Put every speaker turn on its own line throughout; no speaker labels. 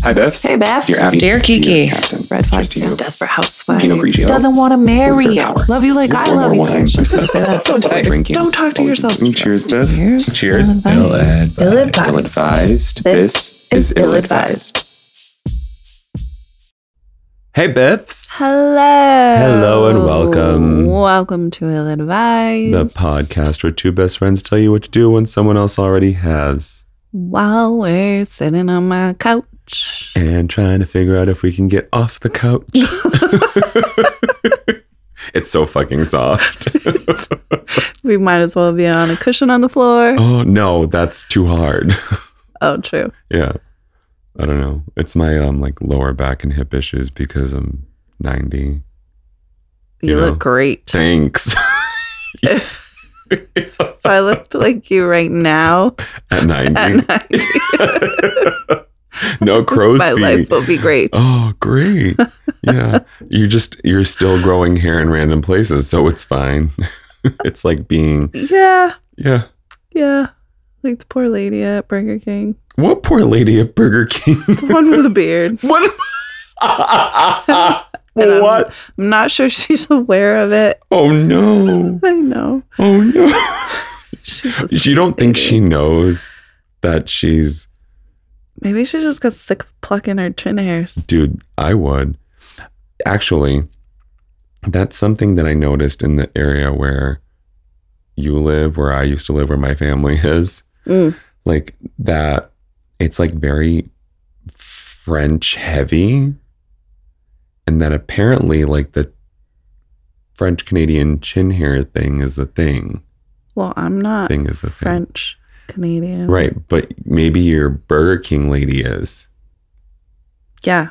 Hi, Bevs.
Hey, Beth.
You're Abby.
Dear Kiki.
Dear Captain.
Red flag.
Just you.
Desperate housewife.
Pinot Grigio.
Doesn't want to marry
Wizard
you.
hour.
Love you like I
One
love
more
you.
wine.
so tight.
Drinking.
Don't talk to yourself.
Cheers, Bev.
Cheers.
Cheers.
Ill
Ill-advised.
Ill
advised.
advised. This,
This
is
is
ill advised.
Hey, Beths.
Hello.
Hello and welcome.
Welcome to Ill Advised.
The podcast where two best friends tell you what to do when someone else already has.
While we're sitting on my couch.
And trying to figure out if we can get off the couch. it's so fucking soft.
We might as well be on a cushion on the floor. Oh,
oh, no, that's too hard.
true.
yeah. I don't know. It's my um like lower back and hip issues because I'm 90.
You
You know.
look great.
Thanks.
If I looked like you right now
At 90.
at 90,
no crow's
my
feet.
life will be great.
Oh, great. Yeah. you just, you're still growing hair in random places, so it's fine. it's like being,
Yeah.
yeah.
Yeah. Like the poor lady at Burger King.
What poor lady at Burger King?
The one with the beard.
what?
And I'm-
what?
I'm not sure she's aware of it.
Oh, no.
I know.
Oh, no.
She's a
you don't think she knows that she's,
Maybe she just got sick of plucking her chin hairs.
dude, I would. Actually, that's something that I noticed in the area where you live, where I used to live, where my family is.
Mm.
like that it's like very french heavy and that apparently like the french canadian chin hair thing is a thing
Well, I'm not
thing is a thing
French Canadian.
right but maybe your burger king lady is
Yeah.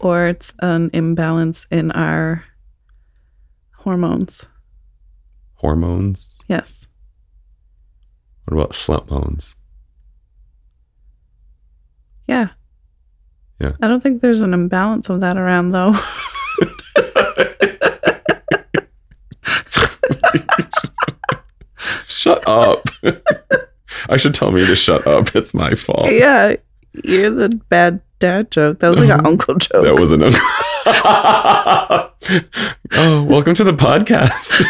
Or it's an imbalance in our hormones.
hormones
Yes.
what about schlep bones
Yeah.
Yeah.
I don't think there's an imbalance of that around though.
shut up i should tell me to shut up it's my fault
yeah. You're the bad dad joke. That was like an uncle joke.
That was an oh, welcome to the podcast.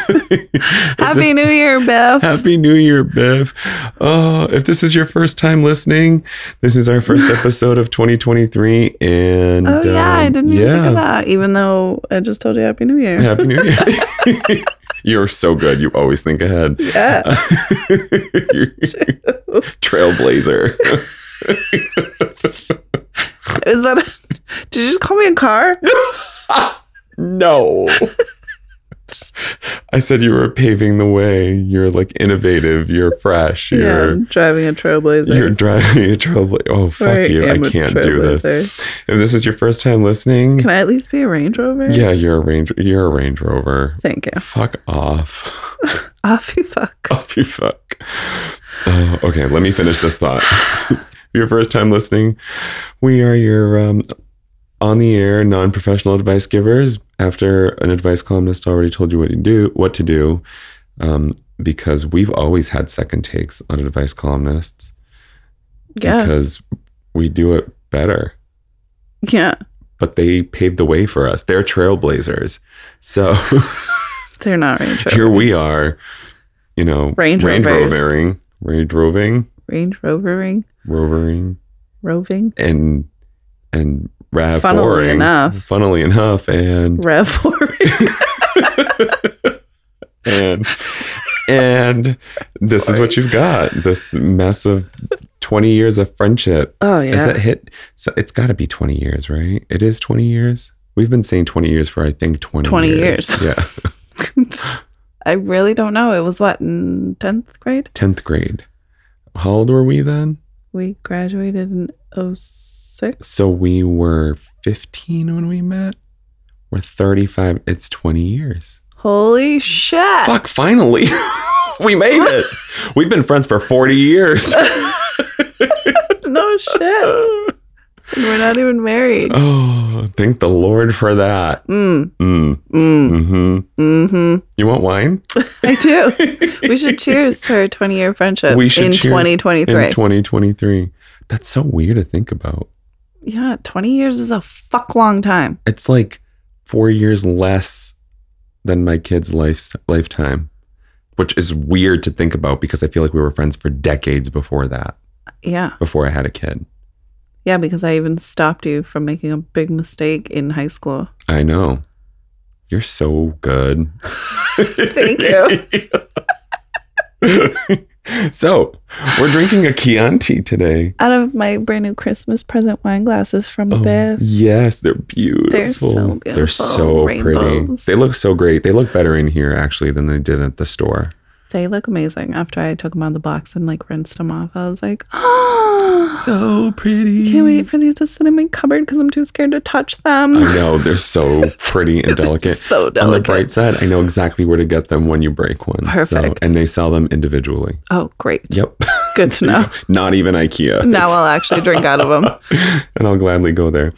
Happy
This-
New Year, Beth.
Happy New Year, Bev. Oh, if this is your first time listening, this is our first episode of 2023. And
Oh yeah, I
um,
didn't even think
yeah.
of that. Even though I just told you Happy New Year.
Happy New Year. You're so good. You always think ahead.
Yeah.
You're- trailblazer.
Is that? A, did you just call me a car?
No. I said you were paving the way. You're like innovative. You're fresh.
yeah,
You're
I'm driving a Trailblazer.
you're driving a trouble. Oh fuck
Or
you! I
am a
can't do this.
Trailblazer.
If this is your first time listening,
Can I at least be a Range Rover?
yeah, you're a Range. You're a Range Rover.
Thank you.
Fuck off.
Off you fuck.
off you fuck. Oh, okay, let me finish this thought. your first time listening, we are your um, on the air non professional advice givers. After an advice columnist already told you what to do, what to do, um, because we've always had second takes on advice columnists
Yeah.
because we do it better.
Yeah.
But they paved the way for us. They're trailblazers. So
They're not Range Rover.
here we are, you know,
Range
Range
Rovers.
Rovering, Range Roving,
Range Rovering,
Rovering,
roving,
and and rav
Funnily
roaring,
enough.
funnily enough, and
revoring.
and and this is what you've got. This mess of twenty years of friendship.
oh
Is that
yeah.
hit? So it's got to be twenty years, right? It is twenty years. We've been saying twenty years for I think twenty.
20 years.
Yeah,
I really don't know. It was what in tenth grade.
tenth grade. How old were we then?
We graduated in 06.
So we were fifteen when we met. We're thirty-five. It's twenty years.
Holy shit!
Fuck, finally. we made it. We've been friends for 40 years.
No shit. And We're not even married.
oh, thank the Lord for that.
Mm,
Mm,
mm,
hmm
mm-hmm.
You want wine?
I do. we should cheers to our 20 year friendship
We should
in
cheers
2023.
In 2023. That's so weird to think about.
yeah, 20 years is a fuck long time.
It's like four years less than my kid's life, lifetime, which is weird to think about because I feel like we were friends for decades before that,
Yeah.
before I had a kid.
Yeah, because I even stopped you from making a big mistake in high school.
I know. You're so good. Thank you. so, we're drinking a Chianti today.
Out of my brand new Christmas present wine glasses from
Oh,
Bev.
yes, they're beautiful. They're
beautiful.
so
Rainbows.
pretty. They look so great. They look better in here actually than they did at the store.
They look amazing. After I took them out of the box and like rinsed them off, I was like, oh,
So pretty.
I can't wait for these to sit in my cupboard because I'm too scared to touch them.
I know they're so pretty and delicate.
so
Oh, On the
delicate.
bright side, I know exactly where to get them when you break one. So,
Perfect.
and they sell them individually.
oh, great.
Yep.
Good to know.
Not even IKEA.
now I'll actually drink out of them.
and I'll gladly go there.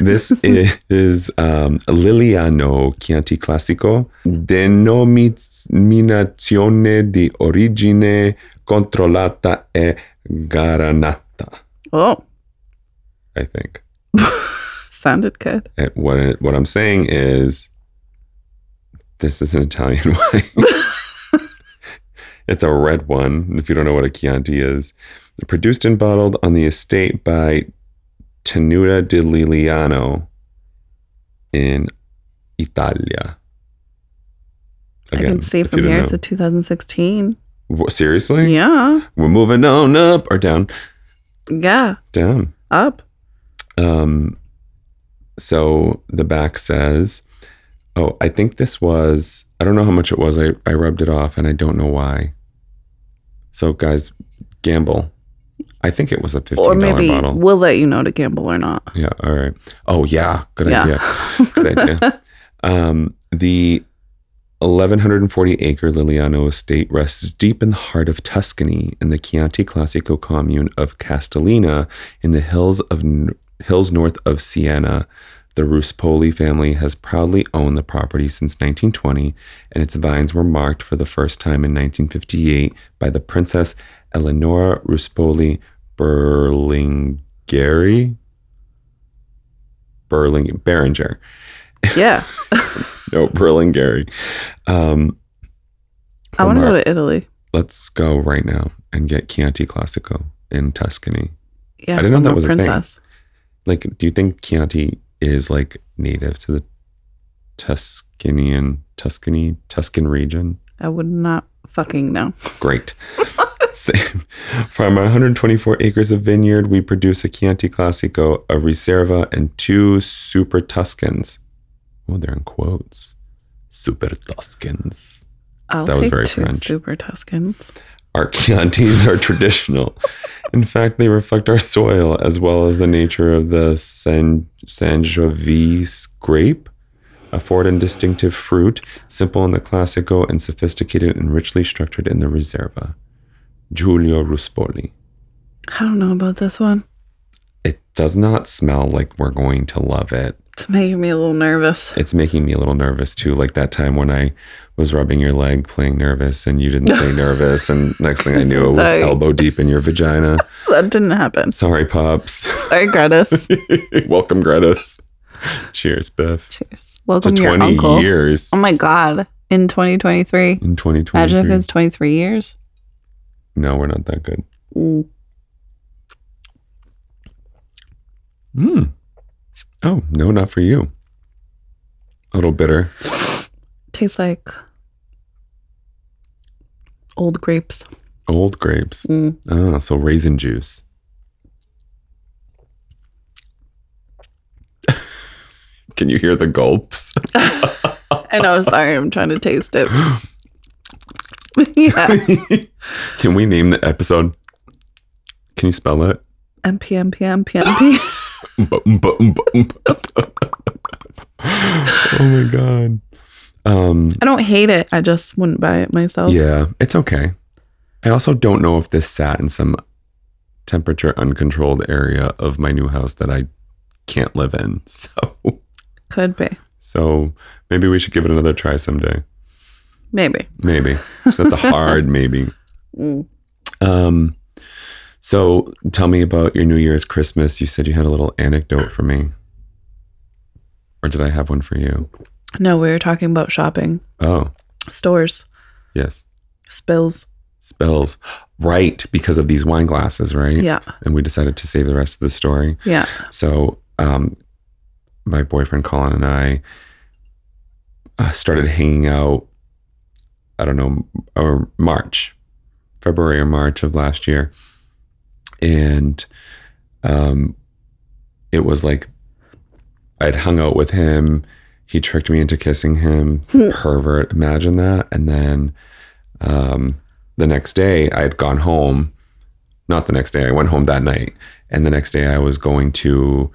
This is um, Liliano Chianti Classico, denominazione di origine controllata e garanata.
Oh,
I think
sounded good.
Uh, what it- what I'm saying is, this is an Italian wine. it's a red one. If you don't know what a Chianti is, produced and bottled on the estate by Tenuta di Liliano in Italia.
I can see
if
from
you
here
didn't
it's a 2016.
know. Wha- seriously,
Yeah.
we're moving on up or down,
Yeah.
down.
Up.
Um, so the back says, Oh, I think this was, I don't know how much it was. I, I rubbed it off and I don't know why. So, guys, gamble. I think it was a $15
Or maybe
bottle.
we'll let you know to gamble or not.
Yeah. All right. Oh, yeah. Good
Yeah.
idea. Good idea. Um, the 1140 acre Liliano estate rests deep in the heart of Tuscany in the Chianti Classico commune of Castellina in the hills of hills north of Siena. The Ruspoli family has proudly owned the property since 1920, and its vines were marked for the first time in 1958 by the Princess Eleonora Ruspoli Berlingeri. Berling Beringer.
yeah.
No, Berlingeri. Um,
I want to go
Omar.
to Italy.
let's go right now and get Chianti Classico in Tuscany.
Yeah.
I didn't know
from
that
a
was a thing.
princess.
Like, do you think Chianti is like native to the Tuscanian, Tuscany, Tuscan region?
I would not fucking know.
Great. Same. From our 124 acres of vineyard, we produce a Chianti Classico, a Riserva, and two Super Tuscans. Oh, they're in quotes. Super Tuscans.
I'll
That was
take
very
two
French.
super Tuscans.
Our Chiantis are traditional. In fact, they reflect our soil as well as the nature of the San Sangiovese grape, a forward and distinctive fruit, simple in the Classico and sophisticated and richly structured in the Riserva. Giulio Ruspoli.
I don't know about this one.
It does not smell like we're going to love it.
It's making me a little nervous.
It's making me a little nervous too, like that time when I was rubbing your leg playing nervous and you didn't play nervous. And next thing I knew, it was
Sorry.
elbow deep in your vagina.
That didn't happen.
Sorry, Pops.
Sorry, Gratis.
Welcome, Gretis. Cheers, Biff.
Cheers.
To
Welcome your
20
uncle.
years
Oh my God. In 2023.
in 2020.
Imagine if it's 23 years.
No, we're not that good.
Ooh.
Mm. Oh, no, not for you. A little bitter.
Tastes like old grapes.
Old grapes.
Mm.
Ah, so raisin juice. Can you hear the gulps?
I know. Sorry. I'm trying to taste it. yeah.
Can we name the episode? Can you spell it?
MPM, PM, PM.
Ba- ba- ba- ba- oh my god. Um
I don't hate it. I just wouldn't buy it myself.
yeah, it's okay. I also don't know if this sat in some temperature uncontrolled area of my new house that I can't live in. So
Could be.
so maybe we should give it another try someday.
Maybe.
Maybe. That's a hard maybe.
Mm.
Um So tell me about your New Year's Christmas. You said you had a little anecdote for me. Or did I have one for you?
No, we were talking about shopping,
Oh,
stores,
yes.
spills.
Spells. Right, because of these wine glasses, right?
Yeah.
And we decided to save the rest of the story.
Yeah.
So, um, my boyfriend Colin and I uh, started hanging out. I don't know, or March, February or March of last year, and um, it was like I'd hung out with him. He tricked me into kissing him. Pervert! Imagine that. And then um, the next day, I had gone home. Not the next day. I went home that night. And the next day I was going to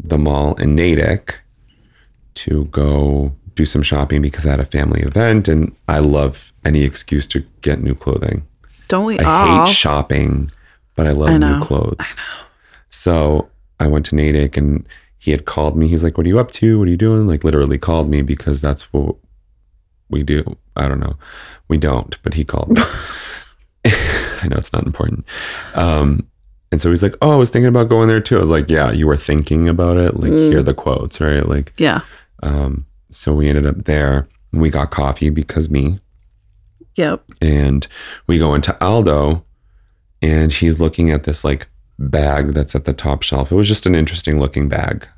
the mall in Natick to go do some shopping because I had a family event and I love any excuse to get new clothing.
Don't we
I
all?
hate shopping, but I love
I
new
know.
clothes. So I went to Natick and he had called me. He's like, What are you up to? What are you doing? Like, literally called me because that's what we do. I don't know. We don't, but he called me. I know it's not important. Um, and so he's like, Oh, I was thinking about going there too. I was like, Yeah, you were thinking about it. Like,
Mm.
hear the quotes, right? Like,
yeah.
um, so we ended up there. We got coffee because me
Yep.
and we go into Aldo and he's looking at this like bag that's at the top shelf. It was just an interesting looking bag.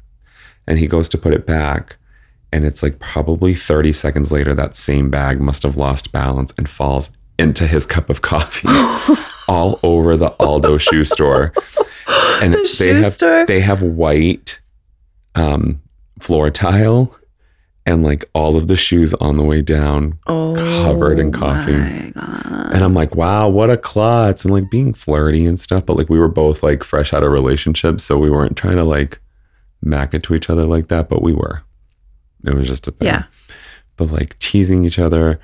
And he goes to put it back and it's like probably 30 seconds later that same bag must have lost balance and falls into his cup of coffee all over the Aldo shoe store. And
The
they
shoe
have
store?
they have white um floor tile and like all of the shoes on the way down
Oh.
Covered in coffee.
my God.
and I'm like, wow, what a klutz. And like being flirty and stuff. But like we were both like fresh out of relationships. So we weren't trying to like mack it to each other like that, but we were. It was just a thing.
Yeah.
But like teasing each other. I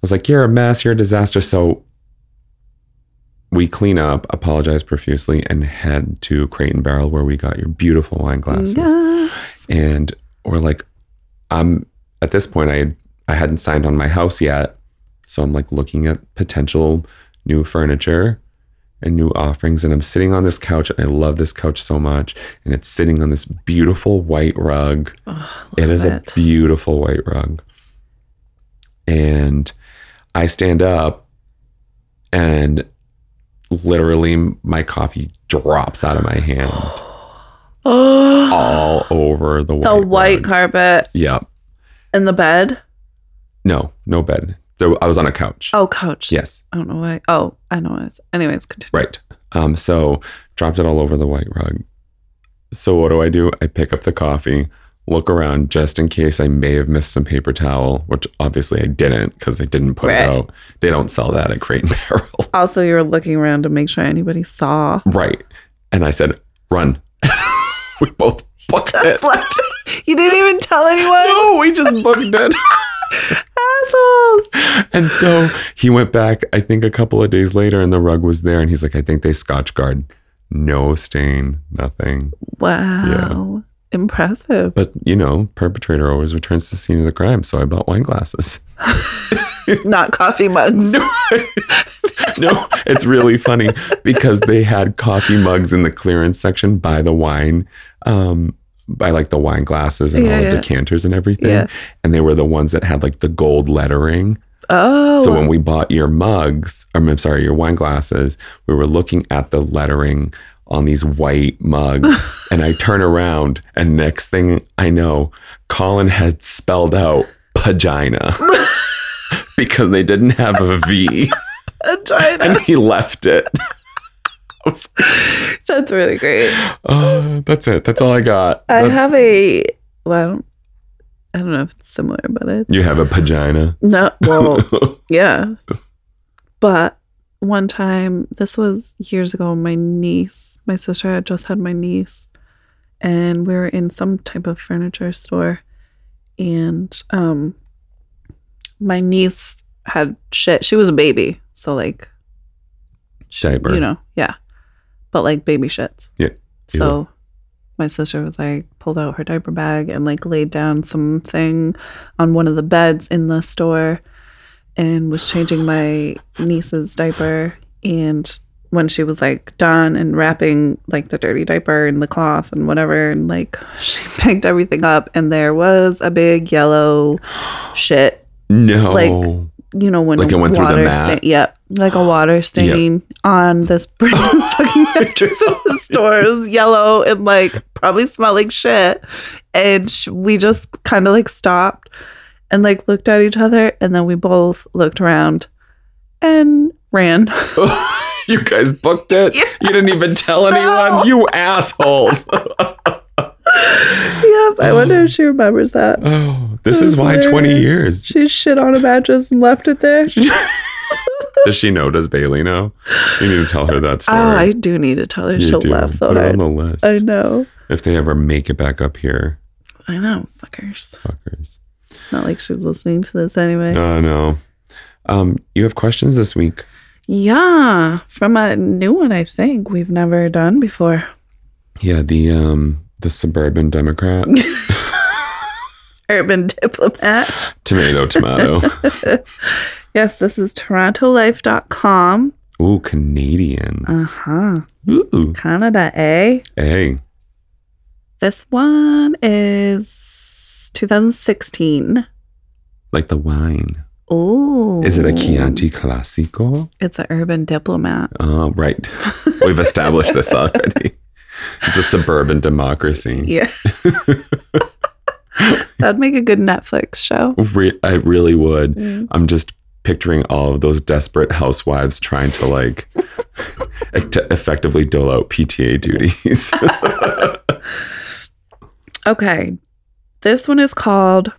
was like, you're a mess, you're a disaster. So we clean up, apologize profusely, and head to Crate and Barrel where we got your beautiful wine glasses
Yeah.
and we're like i'm at this point i i hadn't signed on my house yet so i'm like looking at potential new furniture and new offerings and i'm sitting on this couch and i love this couch so much and it's sitting on this beautiful white rug
Oh,
it
love
is a
it.
beautiful white rug. And I stand up and literally my coffee drops out of my hand
Oh,
all over the white
the white
rug.
carpet
Yep.
and the bed.
No, no bed. There, I was on a couch.
Oh, couch.
Yes,
I don't know why. Oh, I know what it is. Anyways, continue.
right. Um, so dropped it all over the white rug. So what do I do? I pick up the coffee, look around just in case I may have missed some paper towel, which obviously I didn't because I didn't put
Right.
it out. They don't sell that at Crate and Barrel.
Also, you were looking around to make sure anybody saw.
right. And I said, run. we both booked it.
Just left. You didn't even tell anyone.
No, we just booked it.
Assholes.
And so he went back, I think a couple of days later, and the rug was there. And he's like, I think they scotch guard. No stain, nothing.
Wow. Impressive.
But, you know, perpetrator always returns to the scene of the crime. So I bought wine glasses.
Not coffee mugs.
no, it's really funny because they had coffee mugs in the clearance section by the wine, um, by like the wine glasses and all
Yeah,
the
yeah.
decanters and everything.
Yeah.
And they were the ones that had like the gold lettering.
Oh.
So when we bought your mugs, or I'm sorry, your wine glasses, we were looking at the lettering on these white mugs. and I turn around, and next thing I know, Colin had spelled out vagina because they didn't have a V,
I'm trying
and he left it. I was like,
to- That's really great.
oh, that's it. That's all I got.
I
That's-
have a. Well, I don't, I don't know if it's similar, but it.
You have a vagina.
No. Well, yeah. But one time, this was years ago, my niece, my sister had just had my niece, and we were in some type of furniture store. And um, my niece had shit. She was a baby. So, like,
Diaper.
you know, yeah. But like baby shits.
Yeah,
So my sister was like pulled out her diaper bag and like laid down something on one of the beds in the store and was changing my niece's diaper and when she was like done and wrapping like the dirty diaper and the cloth and whatever and like she picked everything up and there was a big yellow shit
No.
Like- you know when
Like it went through the
water
mat?
stain yep like a water stain on this pretty fucking actress in the store it was yellow and like probably smelled like shit and sh- we just kind of like stopped and like looked at each other and then we both looked around and ran
you guys booked it.
Yeah.
You didn't even tell
No.
anyone. You assholes.
yep i wonder
Oh.
if she remembers that
oh, this
That's
is why 20
hilarious.
years.
She shit on a mattress and left it there.
Does she know? Does Bailey know? You need to tell her that
Oh,
story.
I do need to tell her
You
she'll
do.
laugh so
Put it
hard.
on the list.
I know.
if they ever make it back up here,
I know, fuckers.
fuckers.
Not like she's listening to this anyway.
Oh, no. Um, you have questions this week.
Yeah, from a new one I think we've never done before.
Yeah, the um the suburban Democrat.
Urban diplomat.
tomato, tomato.
Yes, this is torontolife.com.
Ooh,
Uh
Canadians.
huh.
Ooh.
Canada, eh?
Hey.
This one is 2016.
Like the wine.
Oh.
Is it a Chianti Classico?
It's an urban diplomat.
Oh, right. We've established this already. It's a suburban democracy.
Yeah. That'd make a good Netflix show.
Re- I really would.
Mm.
I'm just picturing all of those desperate housewives trying to like e- to effectively dole out PTA duties.
Okay. This one is called,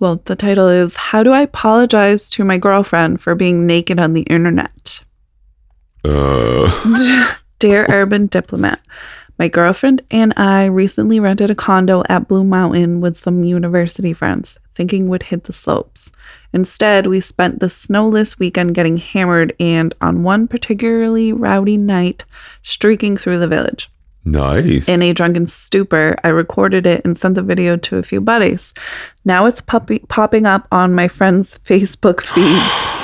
well, the title is How Do I Apologize to My Girlfriend for Being Naked on the Internet?
uh,
Dear Urban Diplomat, my girlfriend and I recently rented a condo at Blue Mountain with some university friends, thinking would hit the slopes. Instead, we spent the snowless weekend getting hammered and, on one particularly rowdy night, streaking through the village.
nice.
In a drunken stupor, I recorded it and sent the video to a few buddies. Now it's poppy- popping up on my friends' Facebook feeds.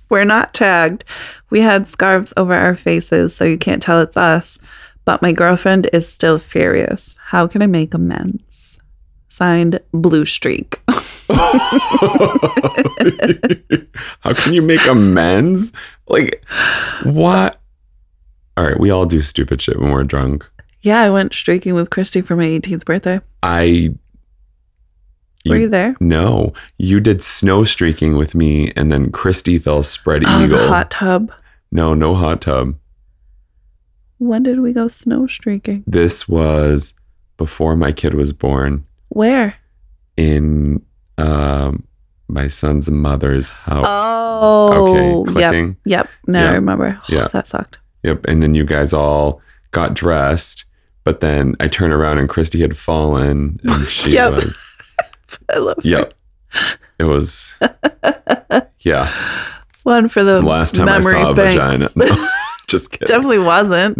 We're not tagged. We had scarves over our faces, so you can't tell it's us. But my girlfriend is still furious. How can I make amends? Signed, Blue Streak.
How can you make amends? Like, what? All right, we all do stupid shit when we're drunk.
yeah, I went streaking with Christy for my 18th birthday.
I
Were you there?
no, you did snow streaking with me, and then Christy fell spread
Oh,
eagle.
the hot tub.
No, no hot tub.
When did we go snow streaking?
This was before my kid was born
Where?
in um, my son's mother's house.
Oh,
okay,
yep.
clicking.
Yep. Now
Yeah.
I remember. Oh,
Yeah.
That sucked.
Yep. And then you guys all got dressed, but then I turn around and Christy had fallen and she
Yep.
was.
I love
Yep. It was. Yeah.
one for the
Last time I
memory
saw a
banks.
vagina. No, just kidding. Definitely,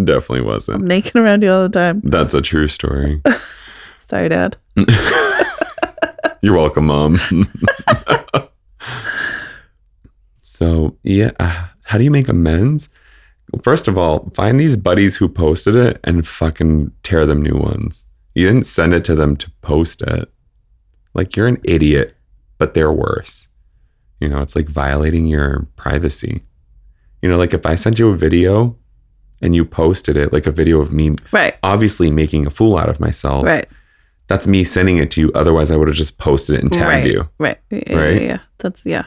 Definitely wasn't. I'm
wasn't.
naked around you all the time.
That's a true story.
Sorry, Dad.
You're welcome, Mom. so, yeah. uh, How do you make amends? First of all, find these buddies who posted it and fucking tear them new ones. You didn't send it to them to post it. Like, you're an idiot, but they're worse. You know, it's like violating your privacy. You know, like if I sent you a video and you posted it, like a video of me
Right.
obviously making a fool out of myself,
Right.
that's me sending it to you. Otherwise, I would have just posted it and tagged
right.
you.
Right. Yeah, yeah,
Right?
Yeah, yeah. That's yeah.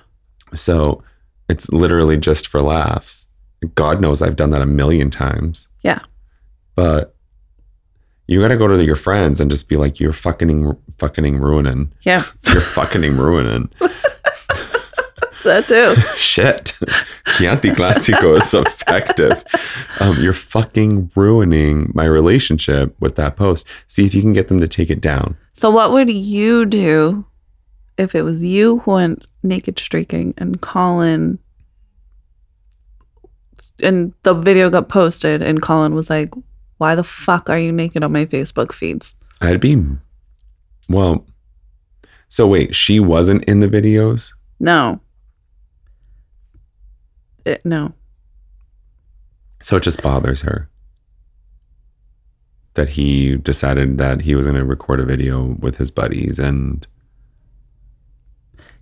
So it's literally just for laughs. God knows I've done that a million times.
Yeah.
But you got to go to your friends and just be like, you're fucking, fucking ruining.
Yeah.
You're fucking ruining.
That too.
Shit. Chianti Classico is effective. Um, you're fucking ruining my relationship with that post. See if you can get them to take it down.
so what would you do if it was you who went naked streaking and Colin and the video got posted and Colin was like, Why the fuck are you naked on my Facebook feeds?
I'd be well. So wait, she wasn't in the videos.
Eh, No. It, no.
So it just bothers her that he decided that he was going to record a video with his buddies and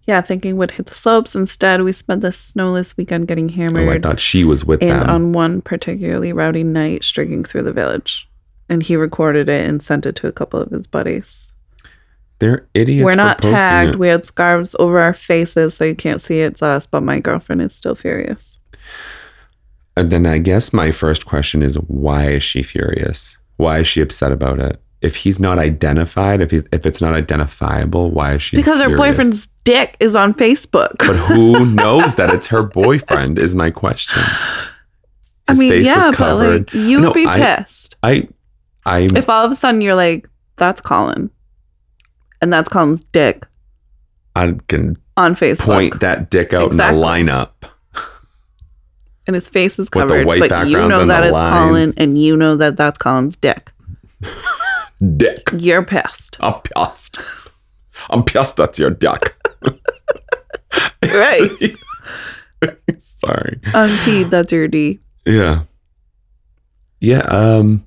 Yeah, thinking would hit the slopes. Instead, we spent the snowless weekend getting
oh, I
hammered
thought she was with
and um,
them.
on one particularly rowdy night, streaking through the village. And he recorded it and sent it to a couple of his buddies.
They're idiots.
We're
for
not
posting
tagged.
it.
We had scarves over our faces, so you can't see it's us, but my girlfriend is still furious.
And then I guess my first question is why is she furious? Why is she upset about it? If he's not identified, if he, if it's not identifiable, why is she?
because her
furious?
boyfriend's dick is on Facebook.
But who knows that it's her boyfriend? Is my question.
I
His
mean,
face was
yeah, but like
covered.
you would
No,
be
I-
pissed
I, I,
if all of a sudden you're like, "That's Colin," and that's Colin's dick
I can
on Facebook,
point that dick out
Exactly.
in the lineup.
and his face is
the
covered,
white
but you
backgrounds
know
and
that
the
it's Colin,
lines.
and you know that that's Colin's dick.
Dick.
You're pissed,
I'm pissed. I'm pissed. That's your dick.
right?
Sorry.
Unpeed, that's your D.
Yeah. Yeah. Um,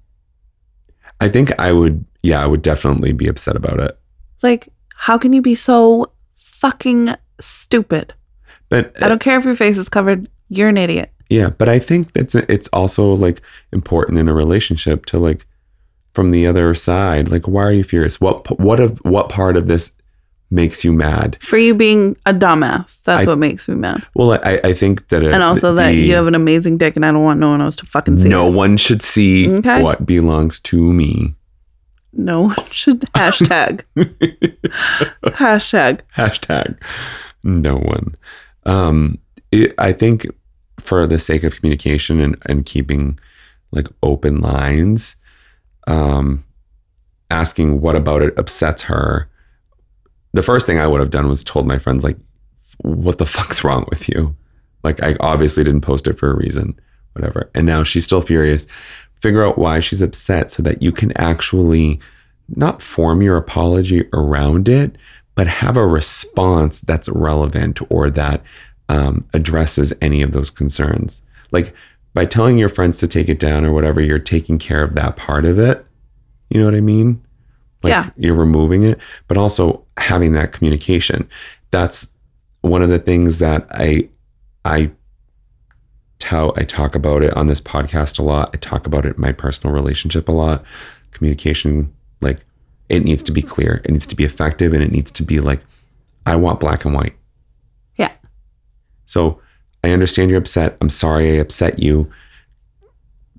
I think I would. Yeah, I would definitely be upset about it.
Like, how can you be so fucking stupid?
But uh,
I don't care if your face is covered. You're an idiot.
yeah, but I think that's it's also like important in a relationship to like from the other side. Like, why are you furious? What p- what of what part of this makes you mad?
For you being a dumbass, that's
I-
what makes me mad.
Well, I I think that it,
and also that
the-
you have an amazing dick and I don't want no one else to fucking see
no
it.
one should see
Okay.
what belongs to me.
No one should hashtag. hashtag.
Hashtag no one. Um, it, I think for the sake of communication and, and keeping like open lines, um, asking what about it upsets her. The first thing I would have done was told my friends like, "What the fuck's wrong with you?" Like I obviously didn't post it for a reason, whatever. And now she's still furious. Figure out why she's upset so that you can actually not form your apology around it, but have a response that's relevant or that um, addresses any of those concerns. Like by telling your friends to take it down or whatever, you're taking care of that part of it. You know what I mean? Like
Yeah.
you're removing it, but also having that communication. That's one of the things that I I tout I talk about it on this podcast a lot. I talk about it in my personal relationship a lot. Communication, like it needs to be clear. It needs to be effective and it needs to be like, I want black and white.
Yeah.
So I understand you're upset. I'm sorry I upset you.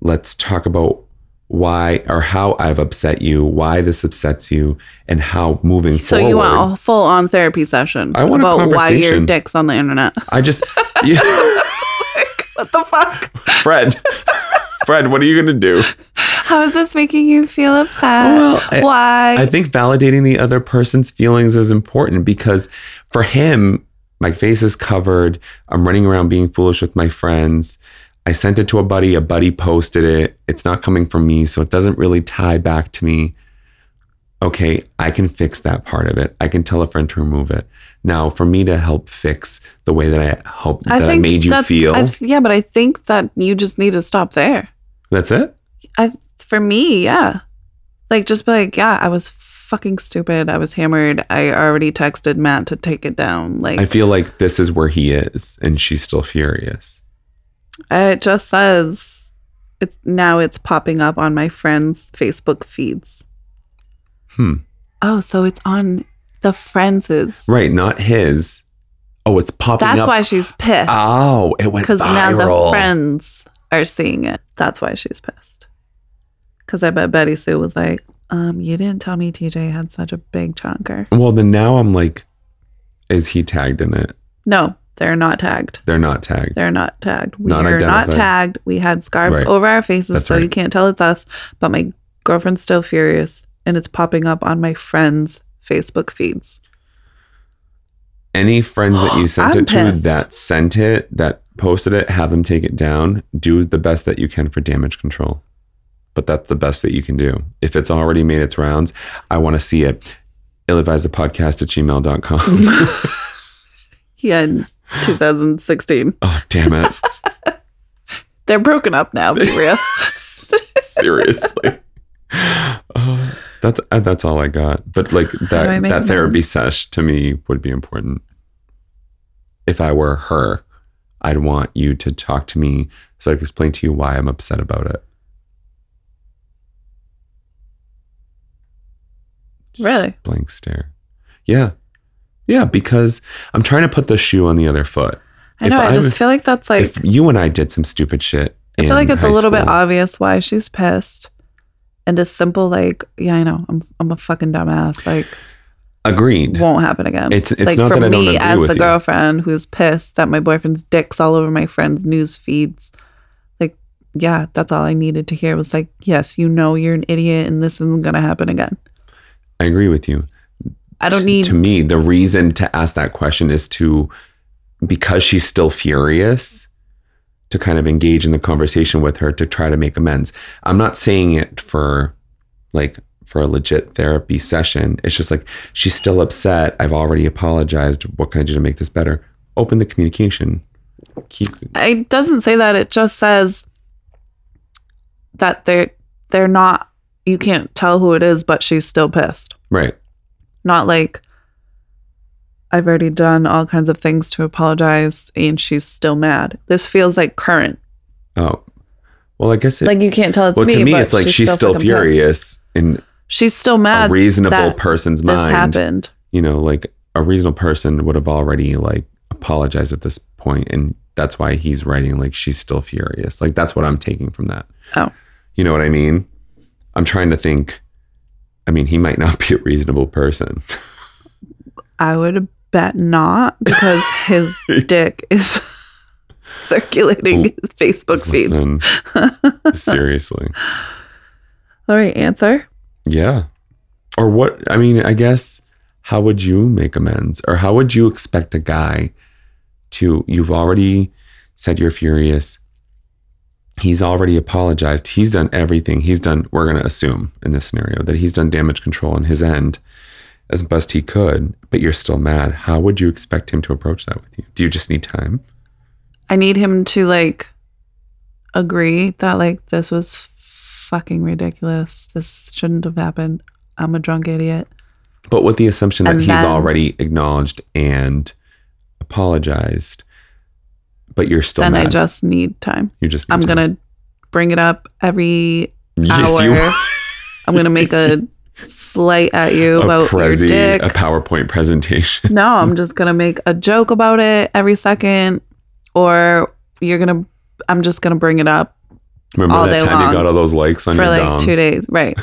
Let's talk about why or how I've upset you, why this upsets you, and how moving
So
forward.
you want a full on therapy session
I want a
about why your
conversation.
dick's on the internet.
I just yeah,
what the fuck?
Fred. Fred, what are you gonna do?
How is this making you feel upset?
Well, I-
why?
I think validating the other person's feelings is important because for him, my face is covered. I'm running around being foolish with my friends. I sent it to a buddy, a buddy posted it. It's not coming from me, so it doesn't really tie back to me. Okay, I can fix that part of it. I can tell a friend to remove it. Now, for me to help fix the way that I helped that I made you
that's-
feel,
I- yeah, but I think that you just need to stop there.
that's it.
I for me, yeah. Like just be like, yeah, I was fucking stupid. I was hammered. I already texted Matt to take it down. Like
I feel like this is where he is, and she's still furious.
Uh, It just says it's now it's popping up on my friends' Facebook feeds.
Hmm.
Oh, so it's on the friends'.
Right, not his. Oh, it's popping
That's
up.
why she's pissed.
Oh, it went
Because
viral.
now the friends are seeing it. That's why she's pissed. Because I bet Betty Sue was like, um, you didn't tell me TJ had such a big chonker.
well, then now I'm like, is he tagged in it?
No, they're not tagged.
They're not tagged.
They're not tagged. We
Not
are not
identified.
tagged. We had scarves
Right.
over our faces,
That's
so you
right.
can't tell it's us. But my girlfriend's still furious, and it's popping up on my friends' Facebook feeds.
Any friends that you sent
I'm
it to
pissed.
that sent it, that posted it, have them take it down. Do the best that you can for damage control. But that's the best that you can do. If it's already made its rounds, I want to see it. Ill advised podcast at gmail.com.
Yeah, in 2016.
oh, damn it.
They're broken up now, be real.
Seriously. Uh, that's uh, that's all I got. But like
do I
that
make
that
amends?
therapy sesh to me would be important. If I were her, I'd want you to talk to me so I could explain to you why I'm upset about it.
really?
Blank stare. Yeah. Yeah, because I'm trying to put the shoe on the other foot.
I
If
know. I,
I
just
was-
feel like that's like
if you and I did some stupid shit.
I feel
in
like it's a
high
little bit
school-
obvious why she's pissed. And a simple like, yeah, I know, I'm I'm a fucking dumbass. Like,
Agreed.
won't happen again.
It's- it's
like
not
for
that I don't
me
agree
as
with
the
you.
girlfriend who's pissed that my boyfriend's dick's all over my friends' news feeds. Like, yeah, that's all I needed to hear was like, yes, you know you're an idiot, and this isn't gonna happen again.
I agree with you.
I don't need.
to me the reason to ask that question is to because she's still furious to kind of engage in the conversation with her to try to make amends i'm not saying it for like for a legit therapy session it's just like she's still upset i've already apologized what can i do to make this better open the communication keep
it doesn't say that. It just says that they're they're not. You can't tell who it is, but she's still pissed.
right
not like I've already done all kinds of things to apologize and she's still mad. This feels like current.
oh well i guess it
Like you can't tell it's
well
me.
to me
but
it's like she's, still,
fucking pissed.
furious in
She's still
a
mad.
reasonable
that
person's
this
mind
happened.
you know, like a reasonable person would have already like apologized at this point, and that's why he's writing like she's still furious. Like that's what I'm taking from that.
Oh.
you know what I mean? I'm trying to think. I mean, he might not be a reasonable person.
I would bet not because his dick is circulating his Facebook feeds.
Listen, seriously,
All right, answer.
yeah. Or what? I mean, I guess how would you make amends, or how would you expect a guy to? You've already said you're furious. he's already apologized. He's done everything. He's done, we're going to assume in this scenario that he's done damage control on his end as best he could, but you're still mad. How would you expect him to approach that with you? Do you just need time?
I need him to like agree that like this was fucking ridiculous. This shouldn't have happened. I'm a drunk idiot.
But with the assumption that
And
he's
then-
already acknowledged and apologized, but you're still
then
mad.
I just need time.
you just
I'm gonna bring it up every
yes,
hour.
you
I'm gonna make a slight at you
a
about your
prezi,
dick.
a PowerPoint presentation.
no, I'm just gonna make a joke about it every second, or you're gonna. I'm just gonna bring it up
Remember
All
that
day
time
long.
you got all those likes on
for
your
like
dong?
two days, right?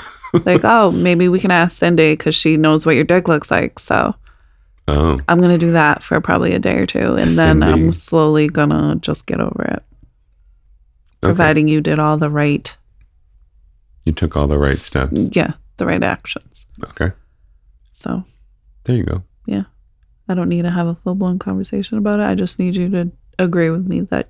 like, oh, maybe we can ask Cindy because she knows what your dick looks like. So
oh,
I'm gonna do that for probably a day or two, and then I'm
Cindy.
slowly gonna just get over it,
okay.
providing you did all the right,
You took all the right steps.
yeah, the right actions.
Okay,
So
there you go.
I don't need to have a full blown conversation about it. I just need you to agree with me that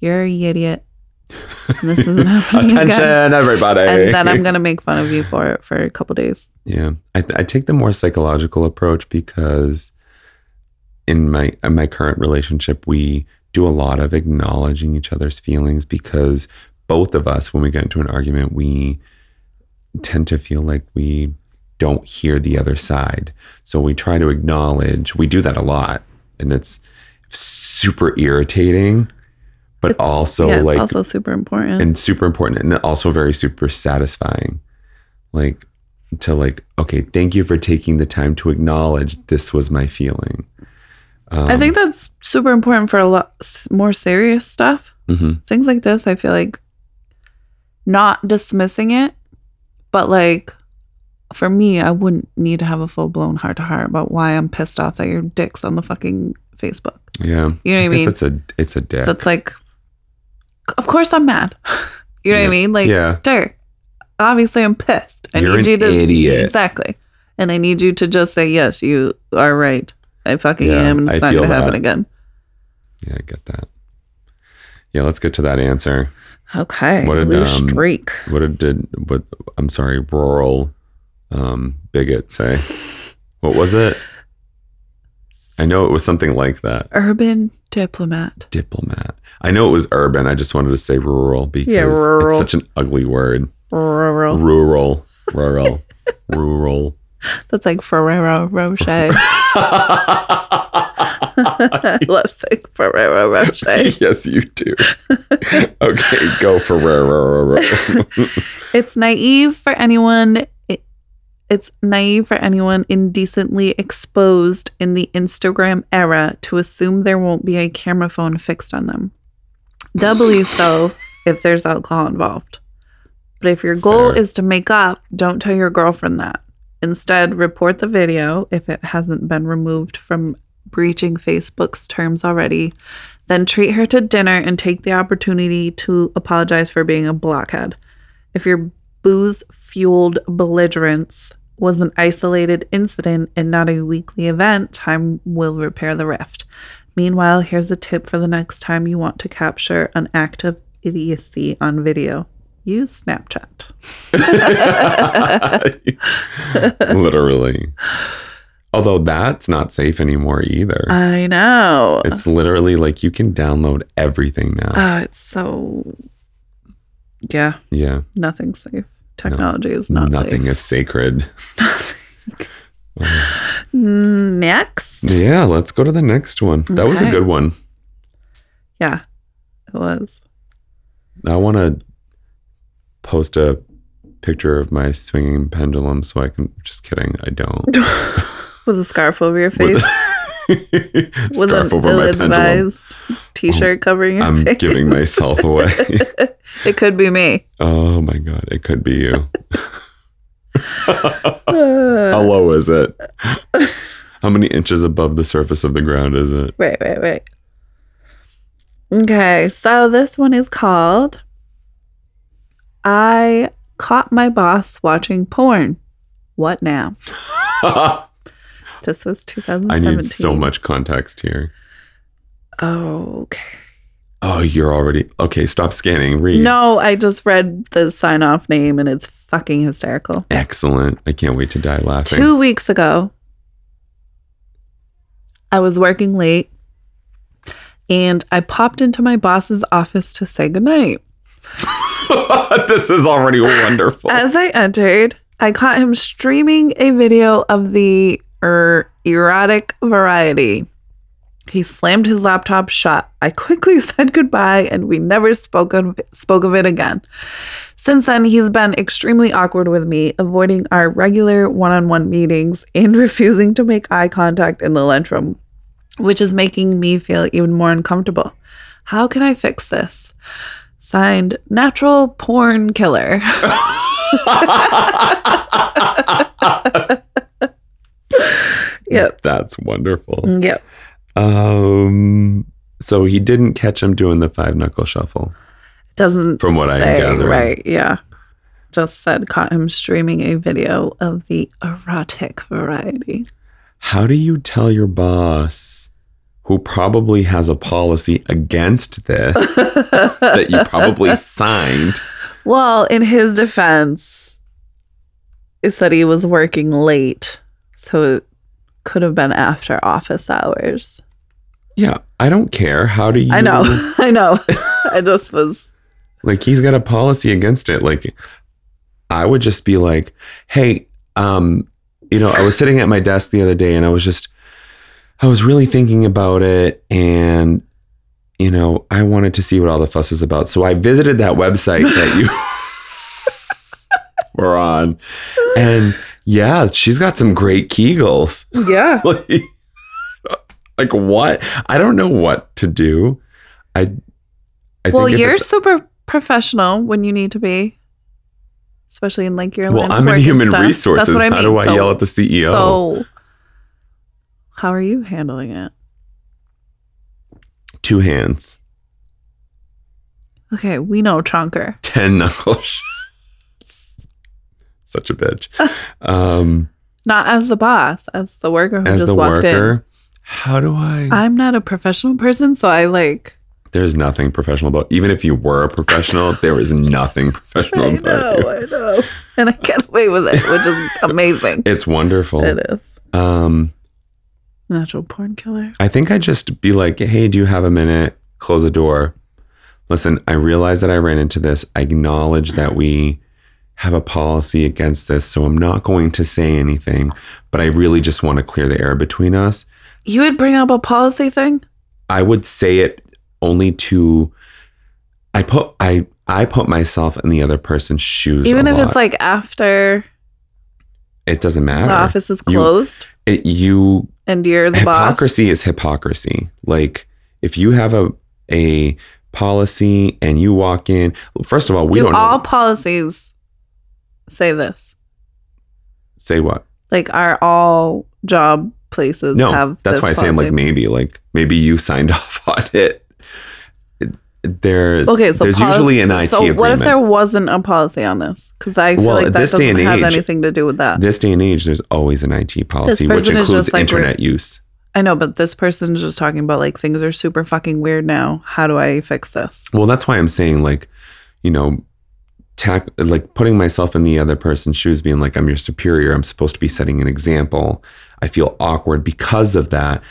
you're an idiot. And this isn't happening again.
Attention, everybody.
And then I'm gonna make fun of you for it for a couple days.
Yeah, I, I take the more psychological approach because in my in my current relationship, we do a lot of acknowledging each other's feelings because both of us, when we get into an argument, we tend to feel like we don't hear the other side. So we try to acknowledge. We do that a lot, and it's super irritating, but
It's-
also
yeah,
like
it's also super important.
and super important and also very super satisfying like to like okay thank you for taking the time to acknowledge this was my feeling um,
I think that's super important for a lot s- more serious stuff.
mhm.
Things like this, I feel like not dismissing it, but like for me, I wouldn't need to have a full blown heart to heart about why I'm pissed off that your dick's on the fucking Facebook.
yeah
You know what I
guess
mean?
it's a it's a dick
that's like of course i'm mad you know what i
Yeah.
mean like
Yeah.
dirt obviously i'm pissed i
You're
need
an
you to
idiot.
exactly and i need you to just say yes you are right i fucking
Yeah,
am and it's
I
not
feel
gonna happen
that.
again
yeah i get that yeah let's get to that answer
okay
What um, a
blue
dumb-
streak
what it did what i'm sorry rural um bigot say what was it I know it was something like that.
Urban diplomat.
Diplomat. I know it was urban. I just wanted to say rural because
rural.
it's such an ugly word.
Rural.
Rural. Rural. rural.
That's like Ferrero Rocher. I love saying Ferrero Rocher.
yes, you do. okay, go for rural.
It's naive for anyone. it- It's naive for anyone indecently exposed in the Instagram era to assume there won't be a camera phone fixed on them. Doubly so if there's alcohol involved. But if your goal
Fair.
is to make up, don't tell your girlfriend that. Instead, report the video if it hasn't been removed from breaching Facebook's terms already. Then treat her to dinner and take the opportunity to apologize for being a blockhead. If your booze fueled belligerence was an isolated incident and not a weekly event, time will repair the rift. Meanwhile, here's a tip for the next time you want to capture an act of idiocy on video use Snapchat.
literally. Although that's not safe anymore either.
I know.
it's literally like you can download everything now.
Oh, it's so. Yeah,
yeah.
nothing's safe. Technology is not
nothing is sacred.
safe. Next.
Yeah, let's go to the next one. That was a
Okay.
good one.
Yeah, it was.
I want to post a picture of my swinging pendulum so I can. Just kidding. I don't.
With a scarf over your face. with
Scarf
an
over my pendulum. Oh,
ill-advised t-shirt covering your
I'm
face.
giving myself away.
it could be me.
oh my God. It could be you. How
Uh,
low is it? How many inches above the surface of the ground is it?
wait, wait, wait. Okay, so this one is called I caught my boss watching porn. What now?
I
This was 2017.
need so much context here.
Oh, okay.
Oh, you're already. Okay, stop scanning. Read.
No, I just read the sign off name and it's fucking hysterical.
Excellent. I can't wait to die laughing.
Two weeks ago, I was working late and I popped into my boss's office to say goodnight.
this is already wonderful.
As I entered, I caught him streaming a video of the er, erotic variety. He slammed his laptop shut. I quickly said goodbye, and we never spoke of, spoke of it again. Since then, he's been extremely awkward with me, avoiding our regular one on one meetings and refusing to make eye contact in the lunchroom, which is making me feel even more uncomfortable. How can I fix this? Signed, Natural Porn Killer. yep.
That's wonderful.
Yep.
Um, so he didn't catch him doing the five knuckle shuffle.
Doesn't
From what I am
say,
gathering.
Right, yeah. Just said caught him streaming a video of the erotic variety.
How do you tell your boss, who probably has a policy against this that you probably signed?
Well, in his defense, it said he was working late, so it could have been after office hours.
Yeah, I don't care. How do you?
I know, I know. I just was
Like he's got a policy against it. Like I would just be like, "Hey, um, you know, I was sitting at my desk the other day and I was just I was really thinking about it and you know, I wanted to see what all the fuss was about. So I visited that website that you were on. And yeah, she's got some great kegels.
yeah.
like, like what? I don't know what to do. I I
well,
if
you're
it's-
super professional when you need to be, especially in like your line
Well,
of
I'm
work
in
and
human
stuff. That's
resources.
what I
How
mean.
do I
So-
yell at the E CEO?
So, how are you handling it?
Two hands,
Okay, we know Chonker.
ten knuckles. Such a bitch. Um,
Not as the boss, as the worker who
as
just
the
walked
worker, how do I?
in. I'm not a professional person, so I like.
There's nothing professional about. Even if you were a professional, there is nothing professional
I know,
about you.
I know, and I get away with it, which is amazing.
It's wonderful.
it is.
Um,
Natural porn killer.
I think I'd just be like, hey, do you have a minute? Close the door. Listen, I realize that I ran into this. I acknowledge that we have a policy against this. So I'm not going to say anything, but I really just want to clear the air between us.
You would bring up a policy thing?
I would say it only to I put I I put myself in the other person's shoes.
Even if it's like after
it doesn't matter.
the office is
You-
closed
It- you
and you're the boss.
hypocrisy is hypocrisy. Like if you have a a policy and you walk in, first of all, we
Do
don't
all
know,
policies say this?
say what.
Like, are all job places
No,
have
that's
this
why I say I'm like
policy?
maybe, like maybe you signed off on it. There's
Okay, so
there's
policy-
usually an IT
so
agreement.
what if there wasn't a policy on this? Because I feel
Well,
like
at
that
this
doesn't
day and
have
age-
anything to do with that.
this day and age, there's always an IT policy, which
person is
includes
just like we're-
internet use.
I know, but this person's just talking about like things are super fucking weird now. How do I fix this?
Well, that's why I'm saying like, you know, tack like putting myself in the other person's shoes, being like, I'm your superior. I'm supposed to be setting an example. I feel awkward because of that.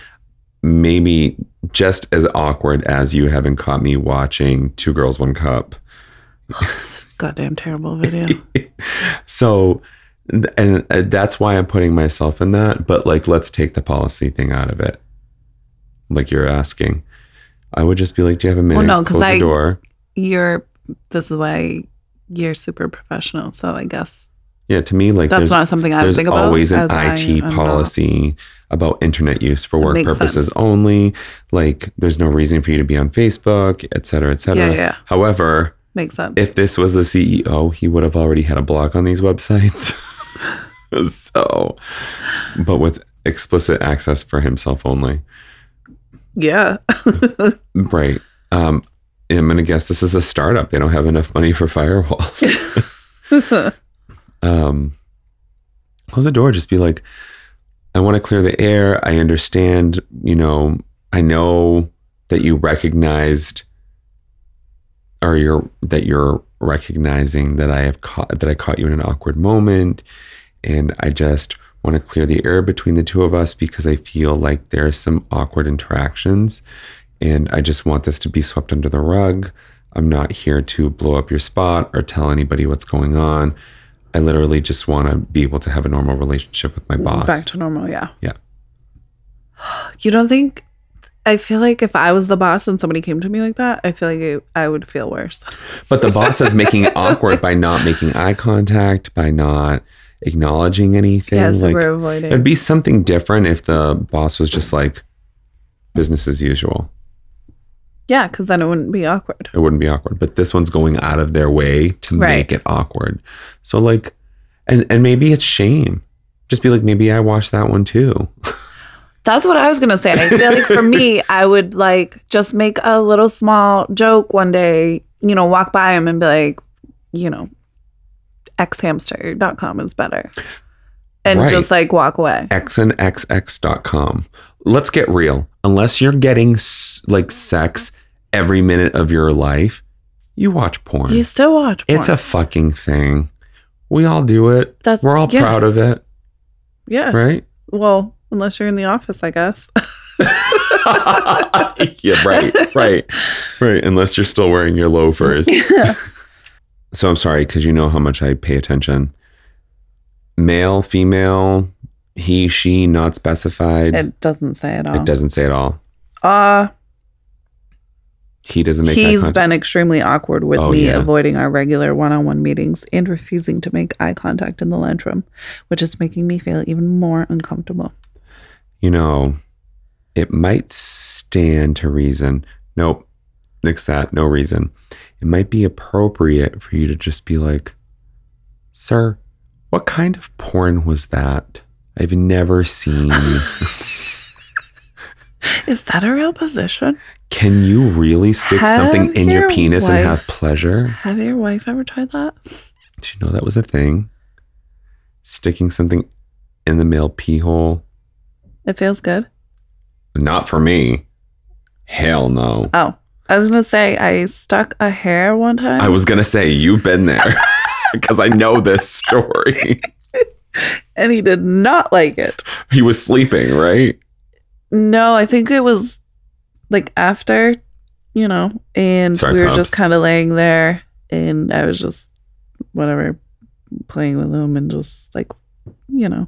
Maybe just as awkward as you having caught me watching Two Girls One Cup.
Goddamn terrible video.
So, th- and uh, that's why I'm putting myself in that. But like, let's take the policy thing out of it. Like you're asking, I would just be like, "Do you have a minute?
no, 'cause
Close
I-
the door."
you're this is why you're super professional. So I guess
Yeah, to me, like
that's
there's
not something I would
there's
um, think about.
always an
as I
IT
am not-
policy about internet use for
That
work
makes
purposes only. Like, there's no reason for you to be on Facebook, et cetera, et cetera.
Yeah, yeah,
However,
makes sense.
if this was the CEO, he would have already had a blog on these websites. so, but with explicit access for himself only.
yeah,
Right. Um, I'm going to guess this is a startup. They don't have enough money for firewalls. um, close the door. Just be like, I want to clear the air. I understand, you know, I know that you recognized or you're that you're recognizing that I have caught that I caught you in an awkward moment and I just want to clear the air between the two of us because I feel like there are some awkward interactions and I just want this to be swept under the rug. I'm not here to blow up your spot or tell anybody what's going on. I literally just want to be able to have a normal relationship with my boss.
back to normal. Yeah,
Yeah.
You don't think? I feel like if I was the boss and somebody came to me like that, I feel like it, I would feel worse.
But the boss is making it awkward by not making eye contact, by not acknowledging anything.
Yes,
like
we're avoiding.
it'd be something different if the boss was just like business as usual.
yeah, because then it wouldn't be awkward.
It wouldn't be awkward. But this one's going out of their way to
Right.
make it awkward. So like and and maybe it's shame. Just be like, maybe I watched that one too.
That's what I was gonna say. And I feel like for me, I would like just make a little small joke one day, you know, walk by him and be like, you know, xhamster.com is better. And
Right.
just like walk away.
xnxx.com. Let's get real. Unless you're getting s- like sex every minute of your life, you watch porn.
You still watch porn.
It's a fucking thing. We all do it.
That's-
We're all
yeah.
proud of it,
yeah.
right?
Well, unless you're in the office, I guess.
yeah, right, right, right. Unless you're still wearing your loafers. so I'm sorry because you know how much I pay attention. Male, female, he, she, not specified. It,
it doesn't say at all.
doesn't say at all.
Uh
He doesn't make eye
he's
contact.
been extremely awkward with
Oh,
me,
yeah.
avoiding our regular one-on-one meetings and refusing to make eye contact in the lunchroom, which is making me feel even more uncomfortable.
you know, it might stand to reason. Nope, nix that. No reason. It might be appropriate for you to just be like, Sir, what kind of porn was that? I've never seen.
Is that a real position?
Can you really stick
Have
something in your
your
penis and
wife-
have pleasure?
Have your wife ever tried that?
Did you know that was a thing? Sticking something in the male pee hole?
It feels good.
Not for me. Hell no.
Oh, I was gonna say I stuck a hair one time.
I was gonna say you've been there because I know this story.
and he did not like it.
he was sleeping, right?
No, I think it was like after, you know, and
Sorry,
we were
Pops.
just kind of laying there, and I was just whatever playing with him and just like, you know,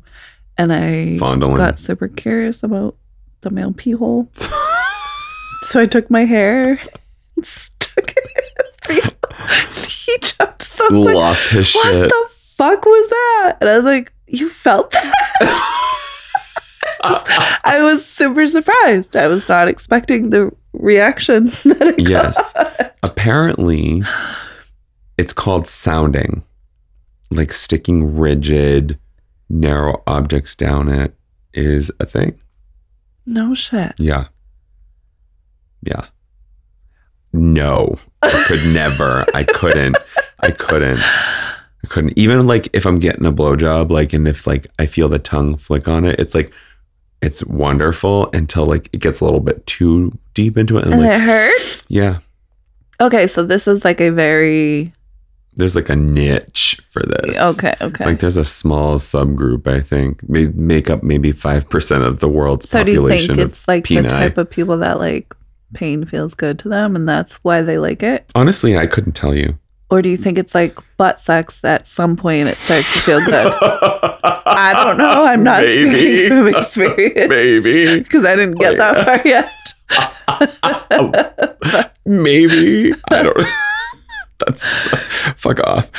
and I
Fondling.
got super curious about the male pee hole, so I took my hair, and stuck it in his pee hole. He jumped so quick.
Lost his
What
shit.
the fuck was that? And I was like, you felt that? I was super surprised. I was not expecting the reaction that it
Yes.
got.
Apparently, it's called sounding, like sticking rigid, narrow objects down it is a thing.
No shit.
Yeah. Yeah. No, I could never. I couldn't. I couldn't. I couldn't. Even like if I'm getting a blowjob, like, and if like I feel the tongue flick on it, it's like, it's wonderful until like it gets a little bit too deep into it. And,
And
like,
it hurts.
yeah,
Okay, so this is like a very
there's like a niche for this.
okay, okay.
Like there's a small subgroup, I think, may make up maybe 5% of the world's
so do you
population.
think
of-
it's like the
peni.
type of people that like pain feels good to them and that's why they like it?
Honestly, I couldn't tell you.
Or do you think it's like butt sex at some point it starts to feel good? I don't know. I'm not speaking from experience.
Maybe.
because I didn't
Oh,
get that far yet.
Maybe. I don't That's fuck off.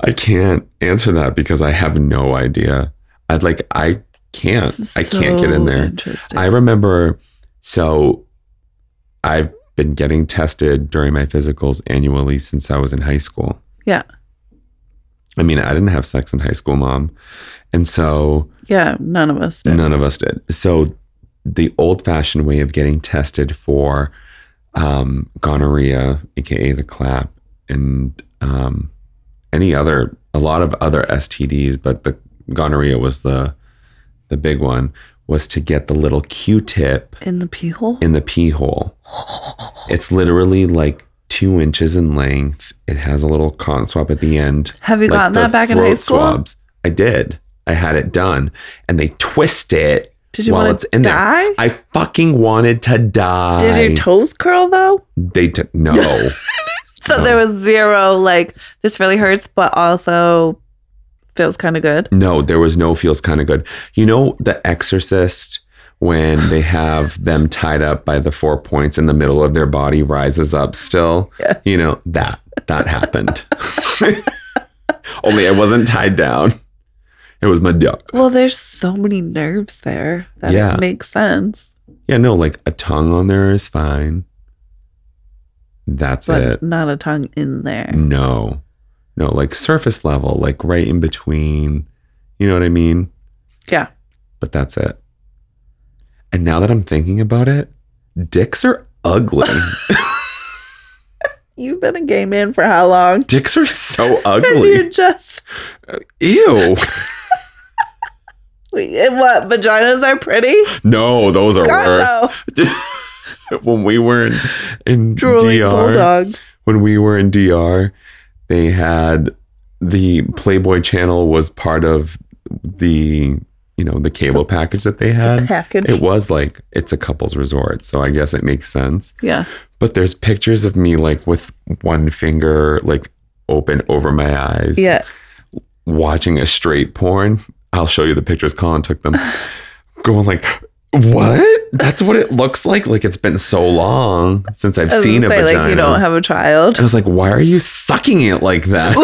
I can't answer that because I have no idea. I'd like I can't. I can't get in
So
there.
Interesting.
I remember so I've been getting tested during my physicals annually since I was in high school.
yeah,
I mean, I didn't have sex in high school, mom. And so
yeah. None of us did.
None of us did. So the old fashioned way of getting tested for um, gonorrhea, aka the clap, and um, any other, a lot of other STDs, but the gonorrhea was the the big one, was to get the little Q-tip
In the pee hole.
in the pee hole. It's literally like two inches in length. It has a little cotton swab at the end.
Have you
Like
gotten
the
that back in high
throat
school?
swabs. I did. I had it done, and they twist it
Did you
while
want
it's
to
in
die?
there. I fucking wanted to die.
Did your toes curl though?
they t- no.
So
No.
there was zero like this really hurts, but also feels kind of good.
No, there was no feels kind of good. You know, The Exorcist, when they have them tied up by the four points in the middle of their body rises up still.
Yes.
You know, that, that happened. Only I wasn't tied down. It was my duck.
Well, there's so many nerves there that
Yeah.
it makes sense,
Yeah, no, like a tongue on there is fine. That's
but
it. Mm.
not a tongue in there.
No, no, like surface level, like right in between. You know what I mean?
Yeah.
But that's it. And now that I'm thinking about it, dicks are ugly.
You've been a gay man for how long?
dicks are so
And you're
ugly.
just
Ew.
eh, what? Vaginas are pretty.
No, those are
God no.
worse. when we were in, in
drooling
DR,
bulldogs.
when we were in DR, they had the Playboy Channel was part of the you know the cable package that they had.
Package.
It was like it's a couples resort, so I guess it makes sense.
yeah.
But there's pictures of me like with one finger like open over my eyes,
Yeah.
watching a straight porn. I'll show you the pictures Colin took them. Going like, what? That's what it looks like. Like it's been so long since I've
I was
seen
gonna
a
say,
vagina.
like, you don't have a child.
And I was like, why are you sucking it like that?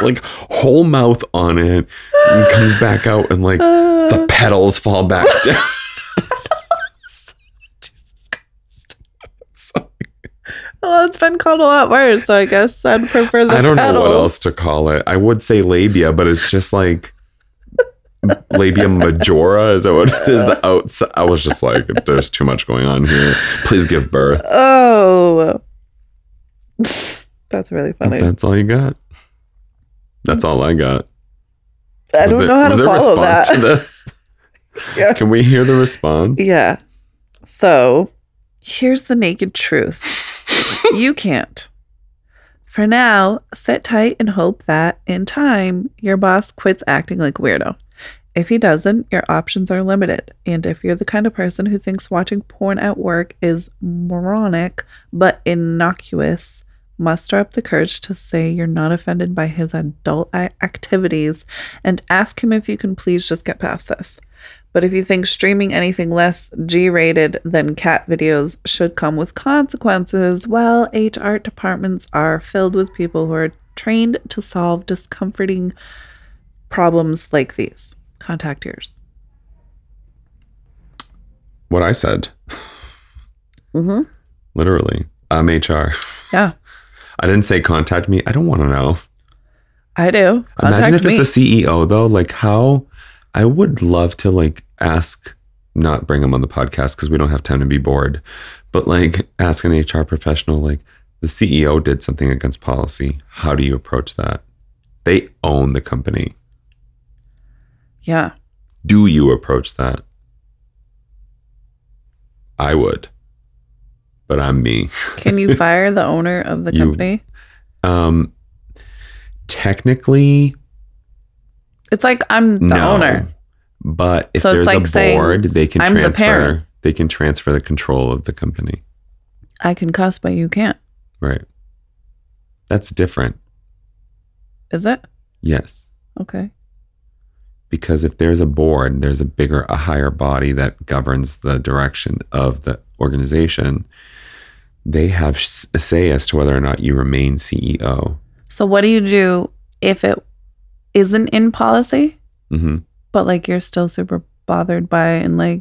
like whole mouth on it and comes back out and like
Uh,
the petals fall back down.
Well, it's been called a lot worse, so I guess I'd prefer the
I don't know
petals.
what else to call it. I would say labia, but it's just like labia majora is that what it is the outside. I was just like, there's too much going on here. Please give birth.
Oh. That's really funny.
That's all you got. That's all I got.
I
Was
don't
there-
know how
was
to
there
follow
response
that.
To this?
Yeah.
Can we hear the response?
Yeah. So here's the naked truth you can't. For now, sit tight and hope that in time, your boss quits acting like a weirdo. If he doesn't, your options are limited. And if you're the kind of person who thinks watching porn at work is moronic but innocuous, muster up the courage to say you're not offended by his adult a- activities and ask him if you can please just get past this. But if you think streaming anything less G rated than cat videos should come with consequences, well, HR departments are filled with people who are trained to solve discomforting problems like these. Contact yours.
What I said,
Mm-hmm.
literally. I'm HR.
Yeah,
I didn't say contact me. I don't want to know.
I do. Contact
Imagine if
me.
it's the CEO though, like how I would love to like ask not bring him on the podcast because we don't have time to be bored, but like ask an HR professional like the CEO did something against policy. How do you approach that? They own the company.
yeah,
Do you approach that? I would. But I'm me.
can you fire the owner of the
You-
company?
Um technically
It's like I'm the
no,
owner.
But if
So it's
there's
like
a
saying,
board, they can
"I'm the
transfer.
parent."
they can transfer the control of the company.
I can cuss, but you can't.
Right. That's different.
Is it
Yes,
okay?
because if there's a board, there's a bigger, a higher body that governs the direction of the organization. They have s- a say as to whether or not you remain E CEO.
So what do you do if it isn't in policy,
hmm
but like you're still super bothered by it and like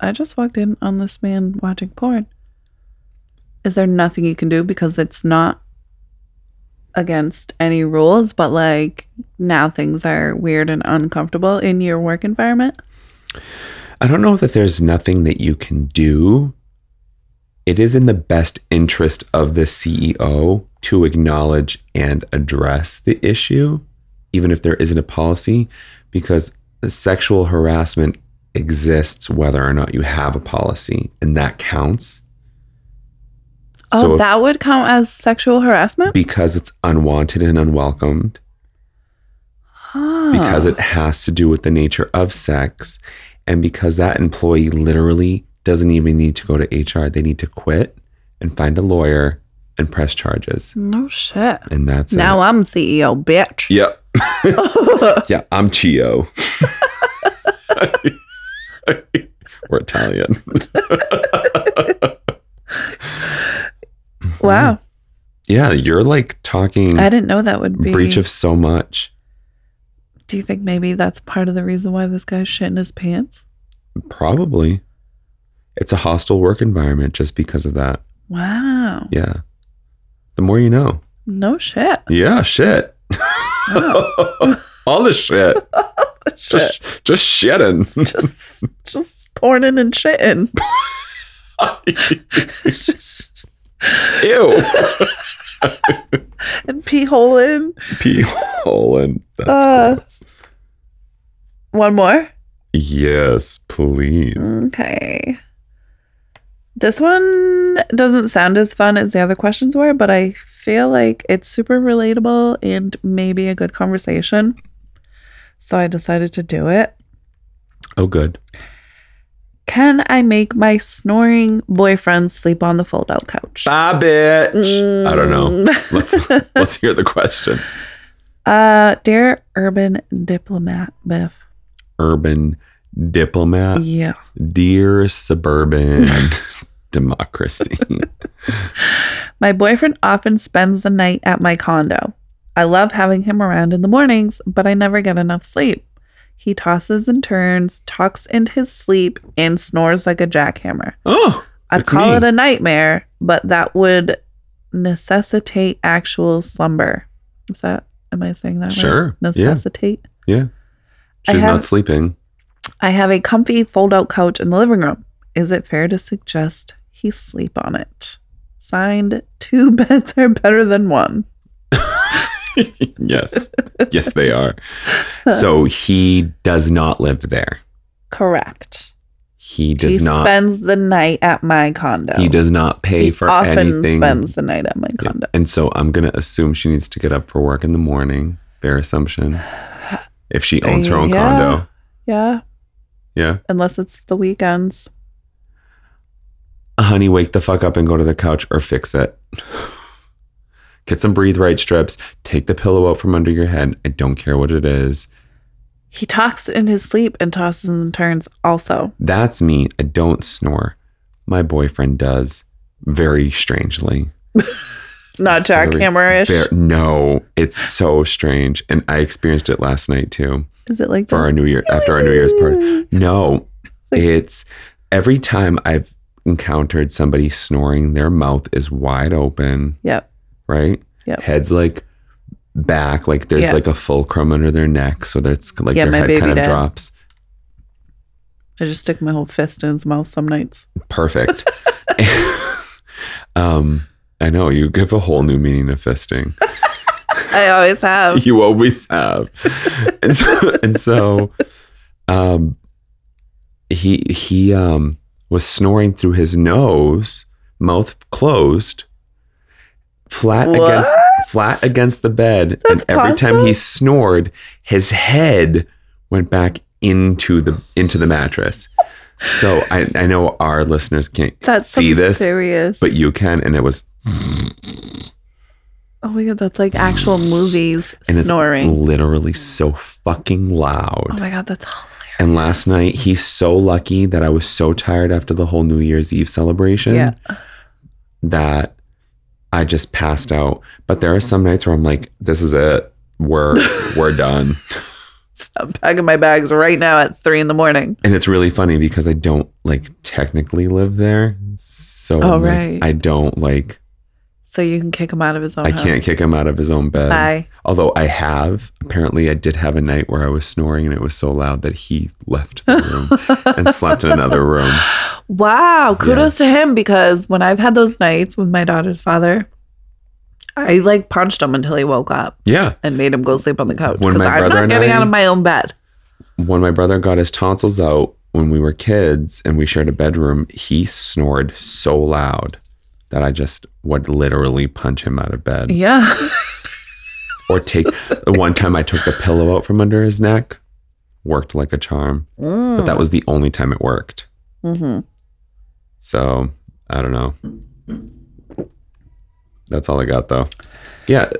I just walked in on this man watching porn. Is there nothing you can do because it's not against any rules, but like now things are weird and uncomfortable in your work environment?
I don't know that there's nothing that you can do. It is in the best interest of the CEO to acknowledge and address the issue, even if there isn't a policy, because sexual harassment exists whether or not you have a policy, and that counts
Oh,
So if-
that would count as sexual harassment?
because it's unwanted and unwelcomed.
Huh.
because it has to do with the nature of sex and because that employee literally doesn't even need to go to HR. They need to quit and find a lawyer and press charges.
No shit.
And that's
Now
it.
I'm CEO, bitch.
Yeah. yeah, I'm Chio. We're Italian.
Wow.
Yeah, you're like talking
I didn't know that would be
Mm. breach of so much.
Do you think maybe that's part of the reason why this guy's shitting his pants?
Probably. It's a hostile work environment just because of that.
Wow.
Yeah. The more you know.
No shit.
Yeah, shit. Oh. All the shit.
Shit.
Just just shitting.
Just, just porning and shitting.
Ew.
and pee holing.
Pee hole and that's
Uh.
gross.
One more.
Yes, please.
Okay. This one doesn't sound as fun as the other questions were, but I feel like it's super relatable and maybe a good conversation. So I decided to do it.
Oh good.
Can I make my snoring boyfriend sleep on the fold out couch?
Bye bitch. I don't know.
Mm.
Let's let's hear the question.
Uh, dear urban diplomat Biff.
Urban diplomat,
Yeah.
dear suburban democracy.
My boyfriend often spends the night at my condo. I love having him around in the mornings, but I never get enough sleep. He tosses and turns, talks in his sleep, and snores like a jackhammer.
Oh,
I'd
That's
call
me.
it a nightmare, but that would necessitate actual slumber. Is that, am I saying that right?
sure. Yeah.
Necessitate?
Yeah.
I
She's
have-
not sleeping.
I have a comfy fold out couch in the living room. Is it fair to suggest he sleep on it? Signed, two beds are better than one.
yes. Yes, they are. So he does not live there.
Correct.
He does
he
not.
spends the night at my condo.
he does not pay
He
for
often
anything.
spends the night at my
Yeah.
condo.
And so I'm gonna assume she needs to get up for work in the morning. Fair assumption. If she owns her own
Yeah.
condo,
Yeah.
Yeah.
Unless it's the weekends.
Honey, wake the fuck up and go to the couch or fix it. Get some breathe right strips. Take the pillow out from under your head. I don't care what it is.
He talks in his sleep and tosses and turns also.
That's me. I don't snore. My boyfriend does. Very strangely.
Not jackhammer ish.
Ver- no, it's so strange. And I experienced it last night too
Is it like
for our New Year, after our New Year's party. No, it's every time I've encountered somebody snoring, their mouth is wide open,
Yep.
right?
Yep.
Heads like back, like there's
Yeah.
like a fulcrum under their neck. So that's like
Yeah,
their
my
head
baby
kind of
did.
drops.
I just stick my whole fist in his mouth some nights.
Perfect. um, I know you give a whole new meaning to fisting.
I always have.
you always have. and so, and so um, he he um, was snoring through his nose, mouth closed, flat against
What?
flat against the bed, and
That's
every time he
possible?
snored, his head went back into the into the mattress. So I, I know our listeners can't
That's
see
some
this,
serious.
but you can, and it was
oh my god, that's like actual movies
and
snoring.
it's literally so fucking loud.
Oh my god, that's hilarious.
And last night, he's so lucky that I was so tired after the whole New Year's Eve celebration
Yeah.
that I just passed out. But there are some nights where I'm like, this is it. We're we're done.
I'm packing my bags right now at three in the morning.
And it's really funny because I don't like technically live there. So
Oh,
like,
right.
I don't like
So you can kick him out of his own
I
house.
can't kick him out of his own bed.
Bye.
Although I have. Apparently I did have a night where I was snoring and it was so loud that he left the room and slept in another room.
Wow, kudos to him because when I've had those nights with my daughter's father, I like punched him until he woke up
Yeah.
and made him go sleep on the couch
When
because
my
I'm
brother
not
and
getting
I-
out of my own bed.
when my brother got his tonsils out when we were kids and we shared a bedroom, he snored so loud that I just would literally punch him out of bed.
Yeah.
Or take one time I took the pillow out from under his neck, worked like a charm, but that was the only time it worked.
Mhm.
So I don't know. That's all I got though. Yeah.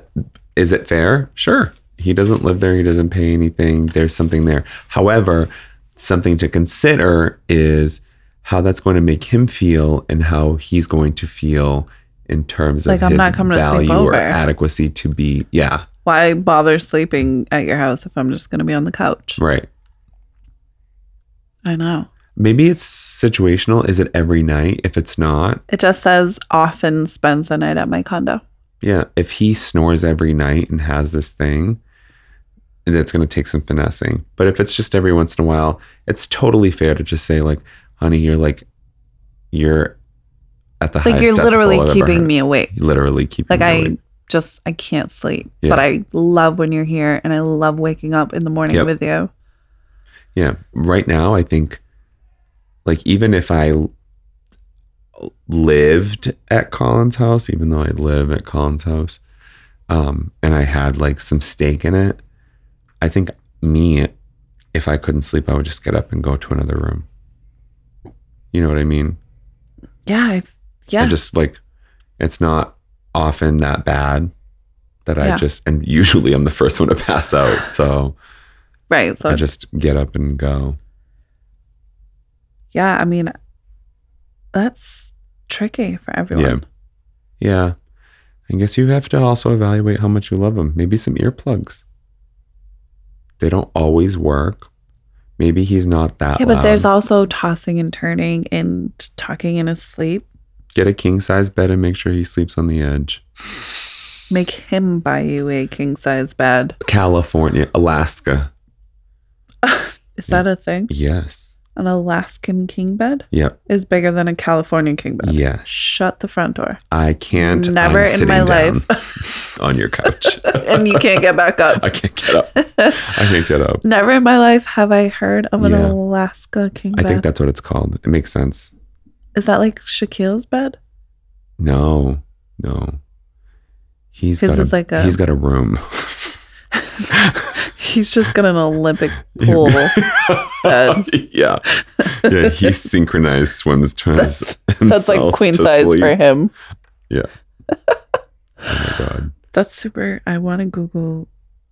Is it fair? Sure. He doesn't live there. He doesn't pay anything. There's something there. However, something to consider is how that's going to make him feel and how he's going to feel in terms of
Like, I'm
his
not coming to sleep
value or
over.
adequacy to be. Yeah.
Why bother sleeping at your house if I'm just going to be on the couch?
Right.
I know.
Maybe it's situational. Is it every night? If it's not,
It just says often spends the night at my condo.
Yeah, if he snores every night and has this thing, that's going to take some finessing. But if it's just every once in a while, it's totally fair to just say like, "Honey, you're like, you're at the
Like
highest
you're
decibel I've
literally
ever
keeping
heard."
me awake.
You're literally keeping
Like
me
I
awake.
just I can't sleep,
Yeah.
but I love when you're here and I love waking up in the morning
Yep.
with you.
yeah right now I think like even if I l- lived at Colin's house, even though I live at Colin's house, um, and I had like some steak in it, I think me, if I couldn't sleep, I would just get up and go to another room. You know what I mean?
Yeah, I've,
I
yeah.
just like it's not often that bad that I
Yeah.
just and usually I'm the first one to pass out, so
right. So
I just get up and go.
yeah, I mean that's tricky for everyone.
Yeah. I guess you have to also evaluate how much you love them. Maybe some earplugs. They don't always work. Maybe he's not that.
Yeah, but there's
loud.
also tossing and turning and talking in his sleep.
get a king size bed and make sure he sleeps on the edge.
Make him buy you a king size bed.
California, Alaska.
Is that a thing?
Yes.
An Alaskan king bed
Yep.
is bigger than a California king bed.
Yes.
Shut the front door.
I can't. I'm
Never in
sitting
my
down
life.
on your couch.
and you can't get back up.
I can't get up. I can't get up.
Never in my life have I heard of an
Yeah.
Alaska king
I
bed.
think that's what it's called. It makes sense.
Is that like Shaquille's bed?
No, no. He's
His
got a,
is like a-
he's got a room.
He's just got an Olympic pool. bed.
yeah. Yeah. He synchronized swims to his-
That's like
himself
queen
to
size
sleep.
for him.
Oh my God.
That's super. I want to Google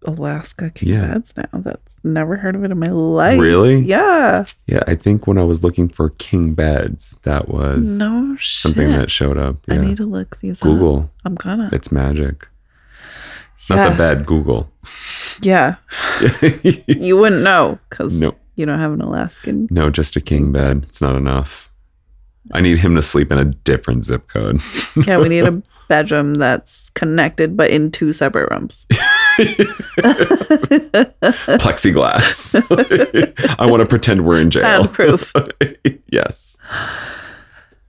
Alaska king
Yeah.
beds now. That's never heard of it in my life.
Really?
Yeah.
Yeah, I think when I was looking for king beds, that was
No shit.
something that showed up. Yeah.
I need to look these up.
Google.
I'm gonna.
It's magic. Not
yeah.
the bed, Google.
Yeah. You wouldn't know because
no,
you don't have an Alaskan.
no, just a king bed. It's not enough. I need him to sleep in a different zip code.
Yeah, we need a bedroom that's connected but in two separate rooms.
Plexiglass. I want to pretend we're in jail.
Soundproof.
yes.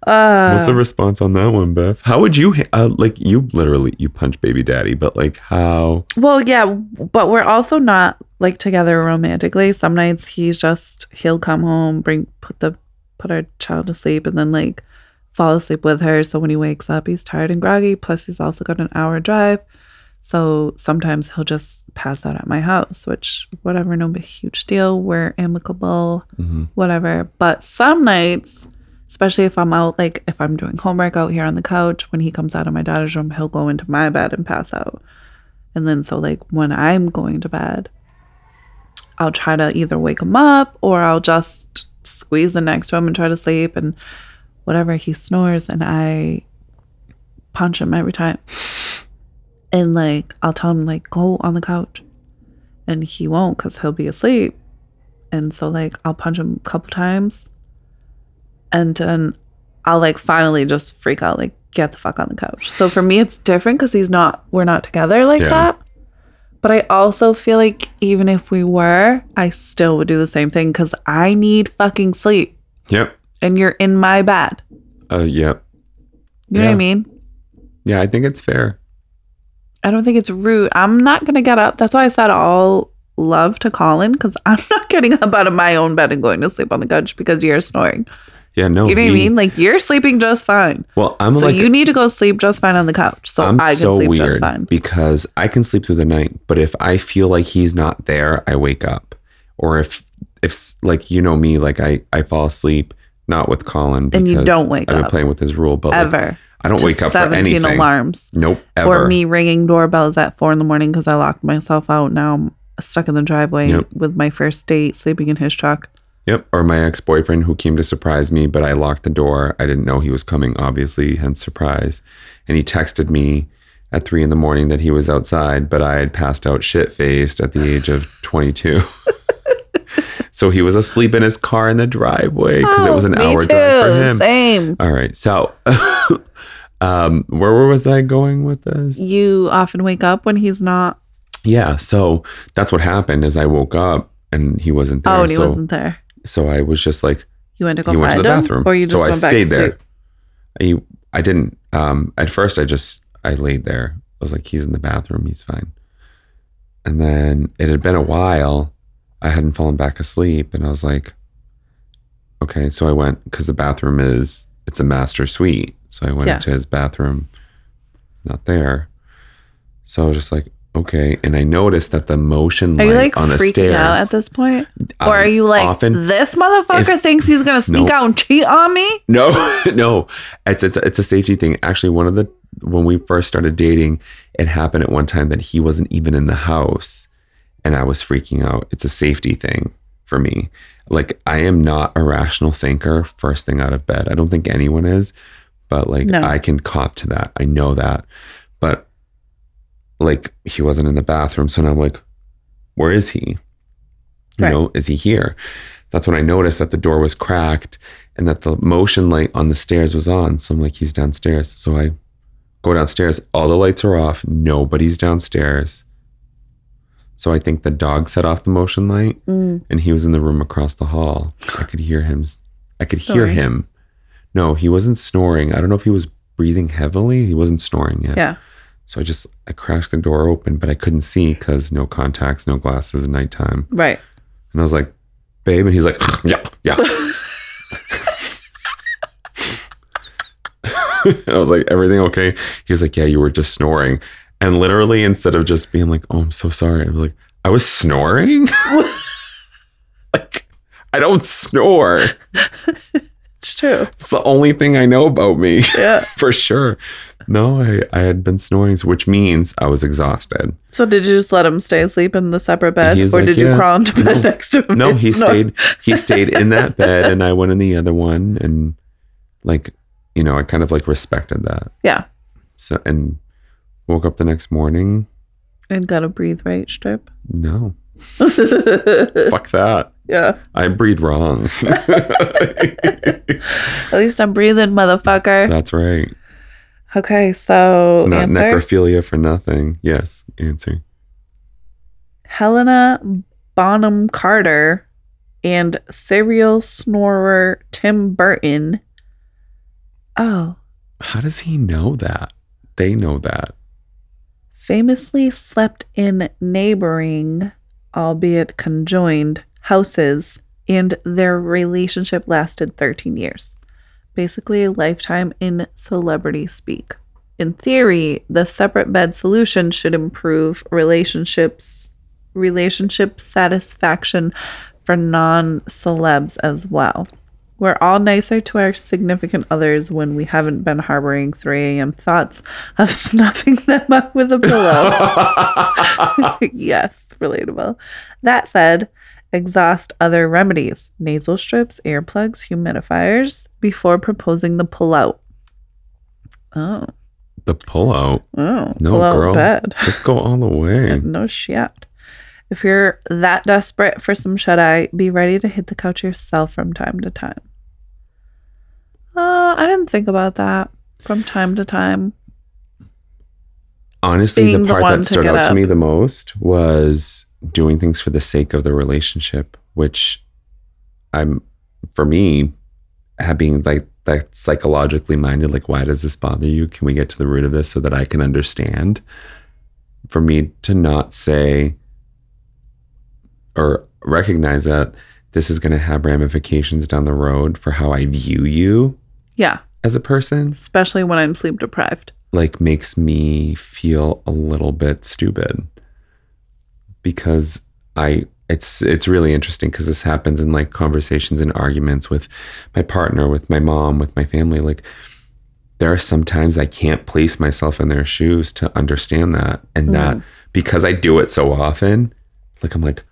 What's the
Uh,
response on that one, Beth? How would you ha- uh, like? You literally you punch baby daddy, but like how?
well, yeah, but we're also not like together romantically. Some nights he's just he'll come home, bring put the put our child to sleep, and then like fall asleep with her. So when he wakes up, he's tired and groggy. Plus, he's also got an hour drive. So sometimes he'll just pass out at my house, which whatever, no big huge deal. We're amicable.
Mhm.
whatever. But some nights, especially if I'm out, like if I'm doing homework out here on the couch, when he comes out of my daughter's room, he'll go into my bed and pass out. And then, so like when I'm going to bed, I'll try to either wake him up or I'll just squeeze in next to him and try to sleep and whatever. He snores and I punch him every time. And like, I'll tell him, like, go on the couch. And he won't because he'll be asleep. And so like I'll punch him a couple times and then I'll like finally just freak out, like get the fuck on the couch. So for me it's different because he's not we're not together like
Yeah.
that. But I also feel like even if we were, I still would do the same thing because I need fucking sleep
Yep.
and you're in my bed.
Uh. Yep.
You know what I
Yeah.
mean?
Yeah. I think it's fair.
I don't think it's rude. I'm not gonna get up. That's why I said all love to Colin because I'm not getting up out of my own bed and going to sleep on the couch because you're snoring.
Yeah. No.
You know what I
he-
mean? Like you're sleeping just fine.
Well, Oh, I'm
so
like
you need to go sleep just fine on the couch. So
I'm
I can
so
sleep
weird
just fine.
because I can sleep through the night, but if I feel like he's not there, I wake up. Or if if like you know me, like I I fall asleep not with Colin
And you don't wake
I've been
up.
playing with his rule, but like,
Ever.
I don't
To
wake up for anything.
alarms.
Nope, ever.
Or me ringing doorbells at four in the morning because I locked myself out. Now I'm stuck in the driveway
Yep.
with my first date sleeping in his truck.
Yep. Or my ex boyfriend who came to surprise me, but I locked the door. I didn't know he was coming, obviously, hence surprise. And he texted me at three in the morning that he was outside, but I had passed out shit faced at the age of 22. so he was asleep in his car in the driveway because it was
Oh,
an
me
hour drive for
too.
him.
Same.
All right. So um, where was I going with this?
You often wake up when he's not.
Yeah. So that's what happened is I woke up and he wasn't there.
Oh, and he
so,
wasn't there.
so I was just like,
You went to go
you
find
went to the
him,
bathroom,
or you just
so
went
I
back
stayed
to
there.
sleep.
I, I didn't. Um, at first, I just I laid there. I was like, he's in the bathroom, he's fine. And then it had been a while. I hadn't fallen back asleep, and I was like, okay. So I went because the bathroom is it's a master suite. So I went
Yeah.
into his bathroom, not there. So I was just like, okay. And I noticed that the motion
Are
light
you like
on the
freaking
stairs.
out at this point,
I
or are you like
often-
this motherfucker thinks he's gonna sneak
Nope.
out and cheat on me?
No, no, it's, it's it's a safety thing. Actually, one of the when we first started dating, it happened at one time that he wasn't even in the house, and I was freaking out. It's a safety thing for me. Like I am not a rational thinker first thing out of bed. I don't think anyone is, but like
No.
I can cop to that. I know that, but like he wasn't in the bathroom, so now I'm like, where is he? You
Right.
know, is he here? That's when I noticed that the door was cracked and that the motion light on the stairs was on. So I'm like, he's downstairs. So I go downstairs. All the lights are off. Nobody's downstairs. So I think the dog set off the motion light
Mm.
and he was in the room across the hall. I could hear him. I could
Snoring.
hear him. No, he wasn't snoring. I don't know if he was breathing heavily. He wasn't snoring yet.
Yeah.
So I just I crashed the door open, but I couldn't see because no contacts, no glasses, nighttime.
Right.
And I was like, babe. And he's like, yeah, yeah. and I was like, everything okay? He was like, yeah, you were just snoring. And literally, instead of just being like, oh, I'm so sorry, I was like, I was snoring. like, I don't snore.
It's true.
It's the only thing I know about me
Yeah.
for sure. No, I, I had been snoring, which means I was exhausted.
So did you just let him stay asleep in the separate bed,
He's
or
like,
did you
"Yeah."
crawl into bed
No.
next to him?
No,
and
he
snore?
stayed he stayed in that bed and I went in the other one and like you know, I kind of like respected that.
Yeah,
So and woke up the next morning.
and got a breathe right strip.
No. Fuck that.
yeah.
I breathe wrong.
At least I'm breathing, motherfucker.
That's right.
Okay, so
It's not
answer
necrophilia for nothing. Yes, answer.
Helena Bonham Carter and serial snorer Tim Burton. Oh,
How does he know that? They know that.
famously slept in neighboring, albeit conjoined, houses, and their relationship lasted 13 years. Basically, a lifetime in celebrity speak. In theory, the separate bed solution should improve relationships, relationship satisfaction for non celebs as well. We're all nicer to our significant others when we haven't been harboring 3 a.m. thoughts of snuffing them up with a pillow. yes, relatable. That said, exhaust other remedies nasal strips, earplugs, humidifiers before proposing the pullout. Oh,
the pullout.
oh,
No,
pullout
girl.
bed.
Just go all the way.
no shit. If you're that desperate for some shut eye, be ready to hit the couch yourself from time to time. Uh, I didn't think about that. From time to time.
Honestly,
Being
the
the
part
one
that
to
stood
get
out to
up.
me the most was doing things for the sake of the relationship, which I'm for me, ha- being like that psychologically minded, like why does this bother you? Can we get to the root of this so that I can understand? For me to not say or recognize that this is going to have ramifications down the road for how I view you
Yeah,
as a person
especially when I'm sleep deprived.
like makes me feel a little bit stupid because I it's it's really interesting because this happens in like conversations and arguments with my partner, with my mom, with my family. Like there are sometimes I can't place myself in their shoes to understand that,
Mm.
and that because I do it so often, like I'm like,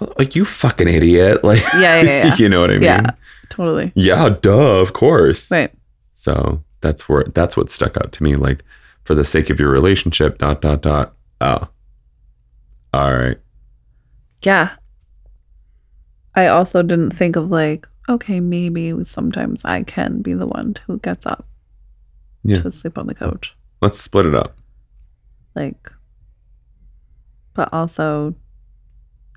well, like you fucking idiot, like
Yeah, yeah, yeah.
you know what I mean?
Yeah, totally.
yeah, duh, of course.
Right.
So that's where that's what stuck out to me. Like, for the sake of your relationship, dot dot dot. Oh, all right.
Yeah. I also didn't think of like, okay, maybe sometimes I can be the one who gets up
Yeah.
to sleep on the couch.
Let's split it up.
Like, but also,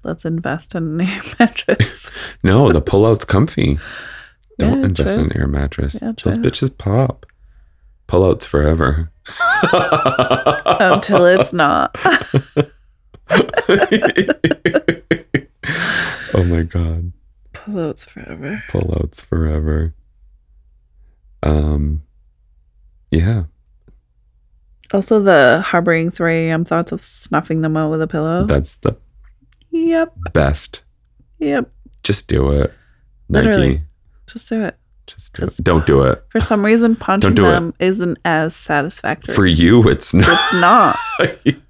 let's invest in an air mattress.
No, the pullout's comfy. Don't
Yeah,
invest
true.
in an air mattress.
Yeah,
Those
true.
bitches pop. Pullouts forever.
Until it's not.
oh my god.
Pillows forever.
Pullouts forever. Um. Yeah.
Also, the harboring 3 a.m. thoughts of snuffing them out with a pillow.
That's the
yep.
best.
Yep.
Just do it. Nike.
Literally. Just do it.
Just do it.
Just-
Don't do it.
For some reason, punching
do it.
them is isn't as satisfactory.
For you, it's not.
It's not.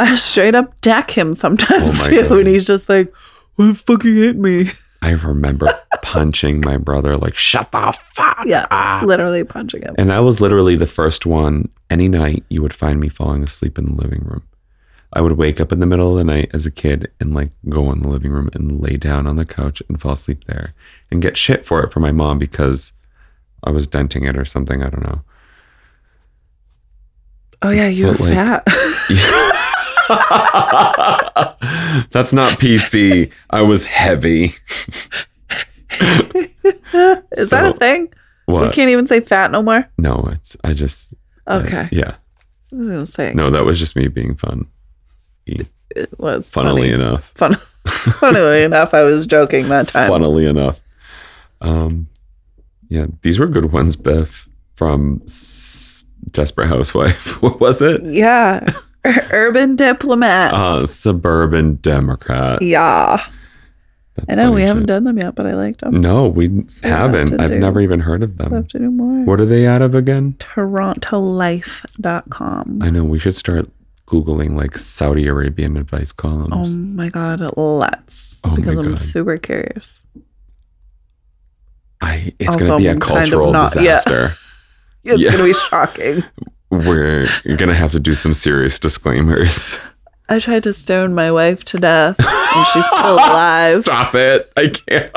I straight up deck him sometimes
Oh my
too,
God.
and he's just like, "Why fucking hit me?"
I remember punching my brother, like, shut the fuck
Yeah.
up.
Literally punching him.
And I was literally the first one. Any night, you would find me falling asleep in the living room. I would wake up in the middle of the night as a kid and, like, go in the living room and lay down on the couch and fall asleep there and get shit for it from my mom because I was denting it or something. I don't know.
Oh yeah, you were
But, like-
fat.
That's not PC. I was heavy.
Is that a
So,
thing? We
What?
can't even say fat no more.
No, it's I just I-
Okay,
yeah.
I was gonna say
No, that was just me being fun.
it was
Funnily
funny.
enough.
Fun- funnily enough, I was joking that time.
Funnily enough. Um yeah, these were good ones, Beth, from S- Desperate Housewife. What was it?
Yeah, urban diplomat.
Uh, suburban Democrat.
yeah.
That's
I know
funny
we haven't
shit. Mm,
done them yet, but I liked them.
No, we
So we'll have
haven't.
to
I've
do-
never even heard of
We'll
them.
have to do more.
What are they out of again?
TorontoLife.com.
I know we should start Googling like Saudi Arabian advice
Oh
columns.
my God, let's.
Oh my
because I'm
God.
super curious.
I, it's
Also,
going to be a
I'm kind of
cultural
not- yeah.
disaster.
It's
Yeah.
going to be shocking.
We're going to have to do some serious disclaimers.
I tried to stone my wife to death and she's still alive.
Stop it. I can't.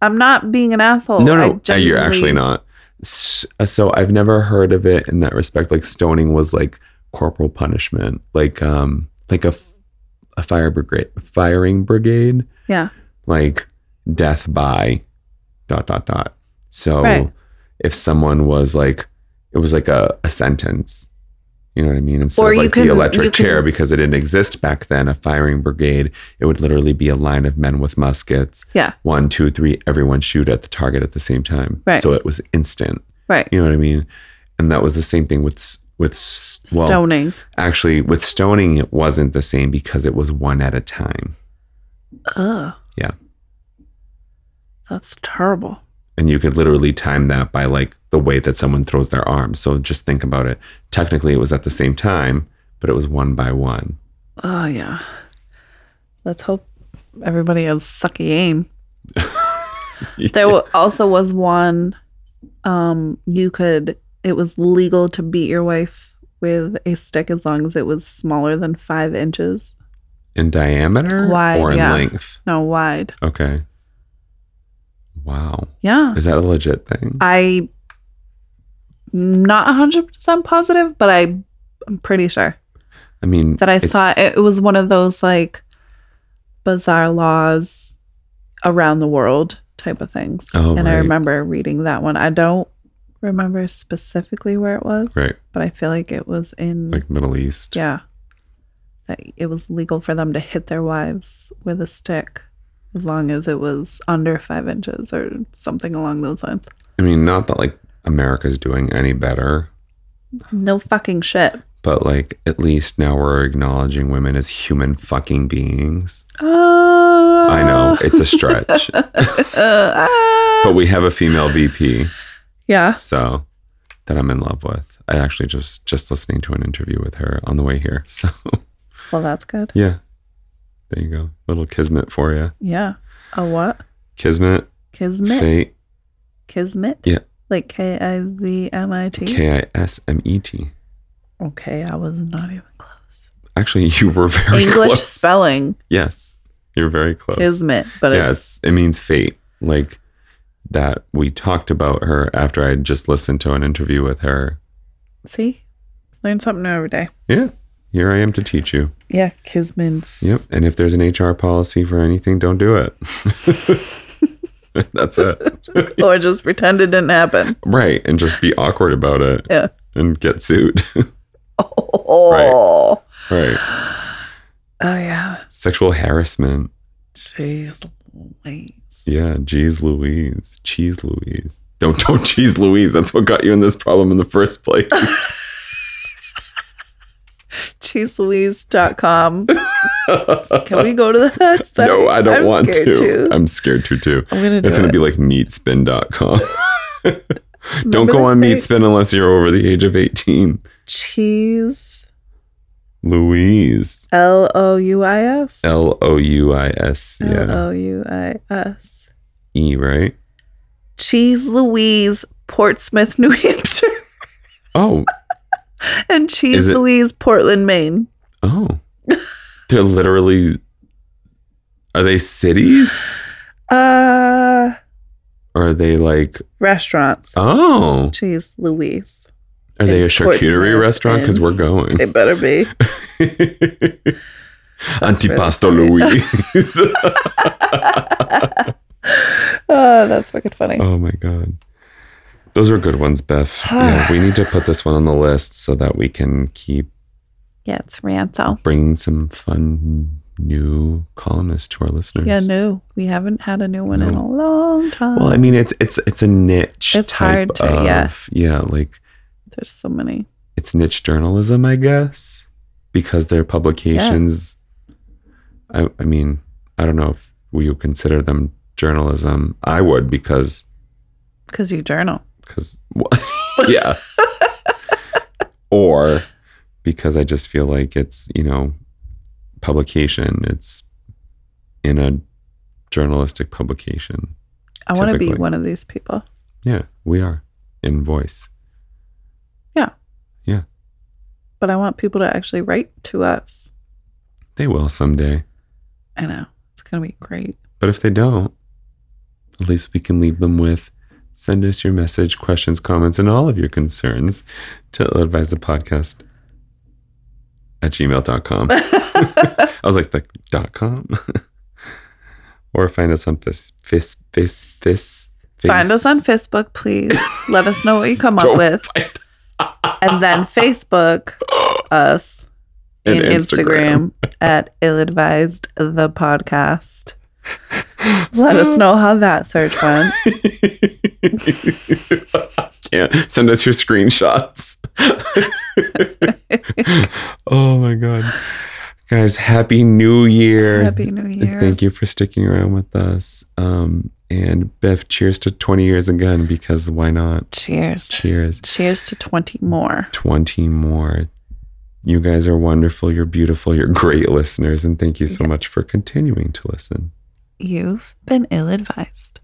I'm not being an asshole.
no,
I
no, uh, you're
genuinely-
actually not. S- uh, So I've never heard of it in that respect. Like stoning was like corporal punishment, like um, like a f- a fire brigade, firing brigade,
Yeah.
like death by dot dot dot. So
Right.
if someone was like, it was like a, a sentence. You know what I mean? Instead
Or
of
you
like
can-
the electric
you can-
chair, because it didn't exist back then, a firing brigade, it would literally be a line of men with muskets
Yeah.
one, two, three, everyone shoot at the target at the same time.
Right.
So it was instant.
Right.
You know what I mean? And that was the same thing with s- with s- well,
Stoning.
actually with stoning it wasn't the same because it was one at a time.
Ugh.
Yeah.
That's terrible.
And you could literally time that by like the way that someone throws their arm. So just think about it. Technically it was at the same time, but it was one by one.
Oh, yeah. Let's hope everybody has sucky aim. There wa- also was one um you could it was legal to beat your wife with a stick as long as it was smaller than five inches.
in diameter
Wide,
or in
yeah.
length.
No, wide.
Okay. Wow.
Yeah.
Is that a legit thing?
I not 100% positive, but I I'm pretty sure
I mean
that I
it's-
saw it, it was one of those like bizarre laws around the world type of things.
Oh,
and I
right.
remember reading that one. I don't remember specifically where it was,
Right.
but I feel like it was in
Like Middle East.
yeah. That it was legal for them to hit their wives with a stick as long as it was under 5 inches or something along those lines.
I mean, not that like America's doing any better,
No fucking shit.
but like at least now we're acknowledging women as human fucking beings.
Uh,
I know it's a stretch, but we have a female VP,
Ah. yeah.
so that I'm in love with. I actually just just listening to an interview with her on the way here. So
Well, that's good.
yeah, there you go, little kismet for you.
Yeah. A what?
Kismet,
Kismet.
fate,
Kismet.
Yeah.
Like K I Z M I T.
K I S M E T.
Okay, I was not even close.
Actually, you were very
English
close.
spelling
Yes, you're very close.
kismet, but
yeah,
it's
it's, it means fate. Like that we talked about her after I had just listened to an interview with her.
see, learn something new every day.
Yeah, here I am to teach you.
Yeah, kismins.
Yep. And if there's an HR policy for anything, don't do it. That's it.
or just pretend it didn't happen.
Right. And just be awkward about it
Yeah.
and get sued.
Oh.
right.
Oh yeah.
Sexual harassment.
Jeez Louise.
Yeah. Geez Louise. Cheese Louise. Don't don't cheese Louise. That's what got you in this problem in the first place.
CheeseLouise.com. Can we go to the next?
no, I don't
I'm
want to.
scared too.
I'm scared to too.
I'm gonna do
It's going
it.
to be like meatspin.com. Don't
Remember
go
that
on
thing?
meatspin unless you're over the age of 18.
cheese.
Louise.
L O U I S.
L O U I S.
L
Yeah.
O U I S.
E, right?
Cheese Louise, Portsmouth, New Hampshire,
Oh,
and
Is
Cheese
it-
Louise, Portland, Maine.
oh. They're literally. Are they cities?
Uh,
Or are they like.
restaurants.
Oh.
Cheese Louise.
Are they a
In
charcuterie
Portsmouth
restaurant? Because
and-
we're going.
It better be.
Antipasto Louise.
Oh, that's fucking funny.
Oh my god. Those were good ones, Beth. yeah, we need to put this one on the list so that we can keep
Yeah, it's Ranto.
bringing some fun new columnists to our listeners.
Yeah, no, we haven't had a new one in a long time.
Well, I mean, it's it's it's a niche.
It's hard to-
of,
yeah.
yeah, like
There's so many.
it's niche journalism, I guess. because they're publications. I, I mean, I don't know if we would consider them journalism. I would because
because you journal.
because yes, or because I just feel like it's you know publication. It's in a journalistic publication.
I want to be
Typically.
one of these people.
Yeah, we are in voice.
But I want people to actually write to us.
They will someday.
I know. It's going to be great.
But if they don't, at least we can leave them with send us your message, questions, comments, and all of your concerns to advise the podcast at gmail.com. I was like, the dot com? or find us on this, this, this, this.
Find us on Facebook, please. Let us know what you come up
Don't
with. and then Facebook us
And
and Instagram, at ill advised the podcast. Let us know how that search went.
yeah, send us your screenshots. oh my god. Guys, happy new year.
Happy New
And
Year.
Thank you for sticking around with us. Um, and Bev, cheers to 20 years again because why not?
Cheers.
Cheers.
Cheers to 20 more.
20 more. You guys are wonderful. You're beautiful. You're great listeners. And thank you so much for continuing to listen.
You've been ill advised.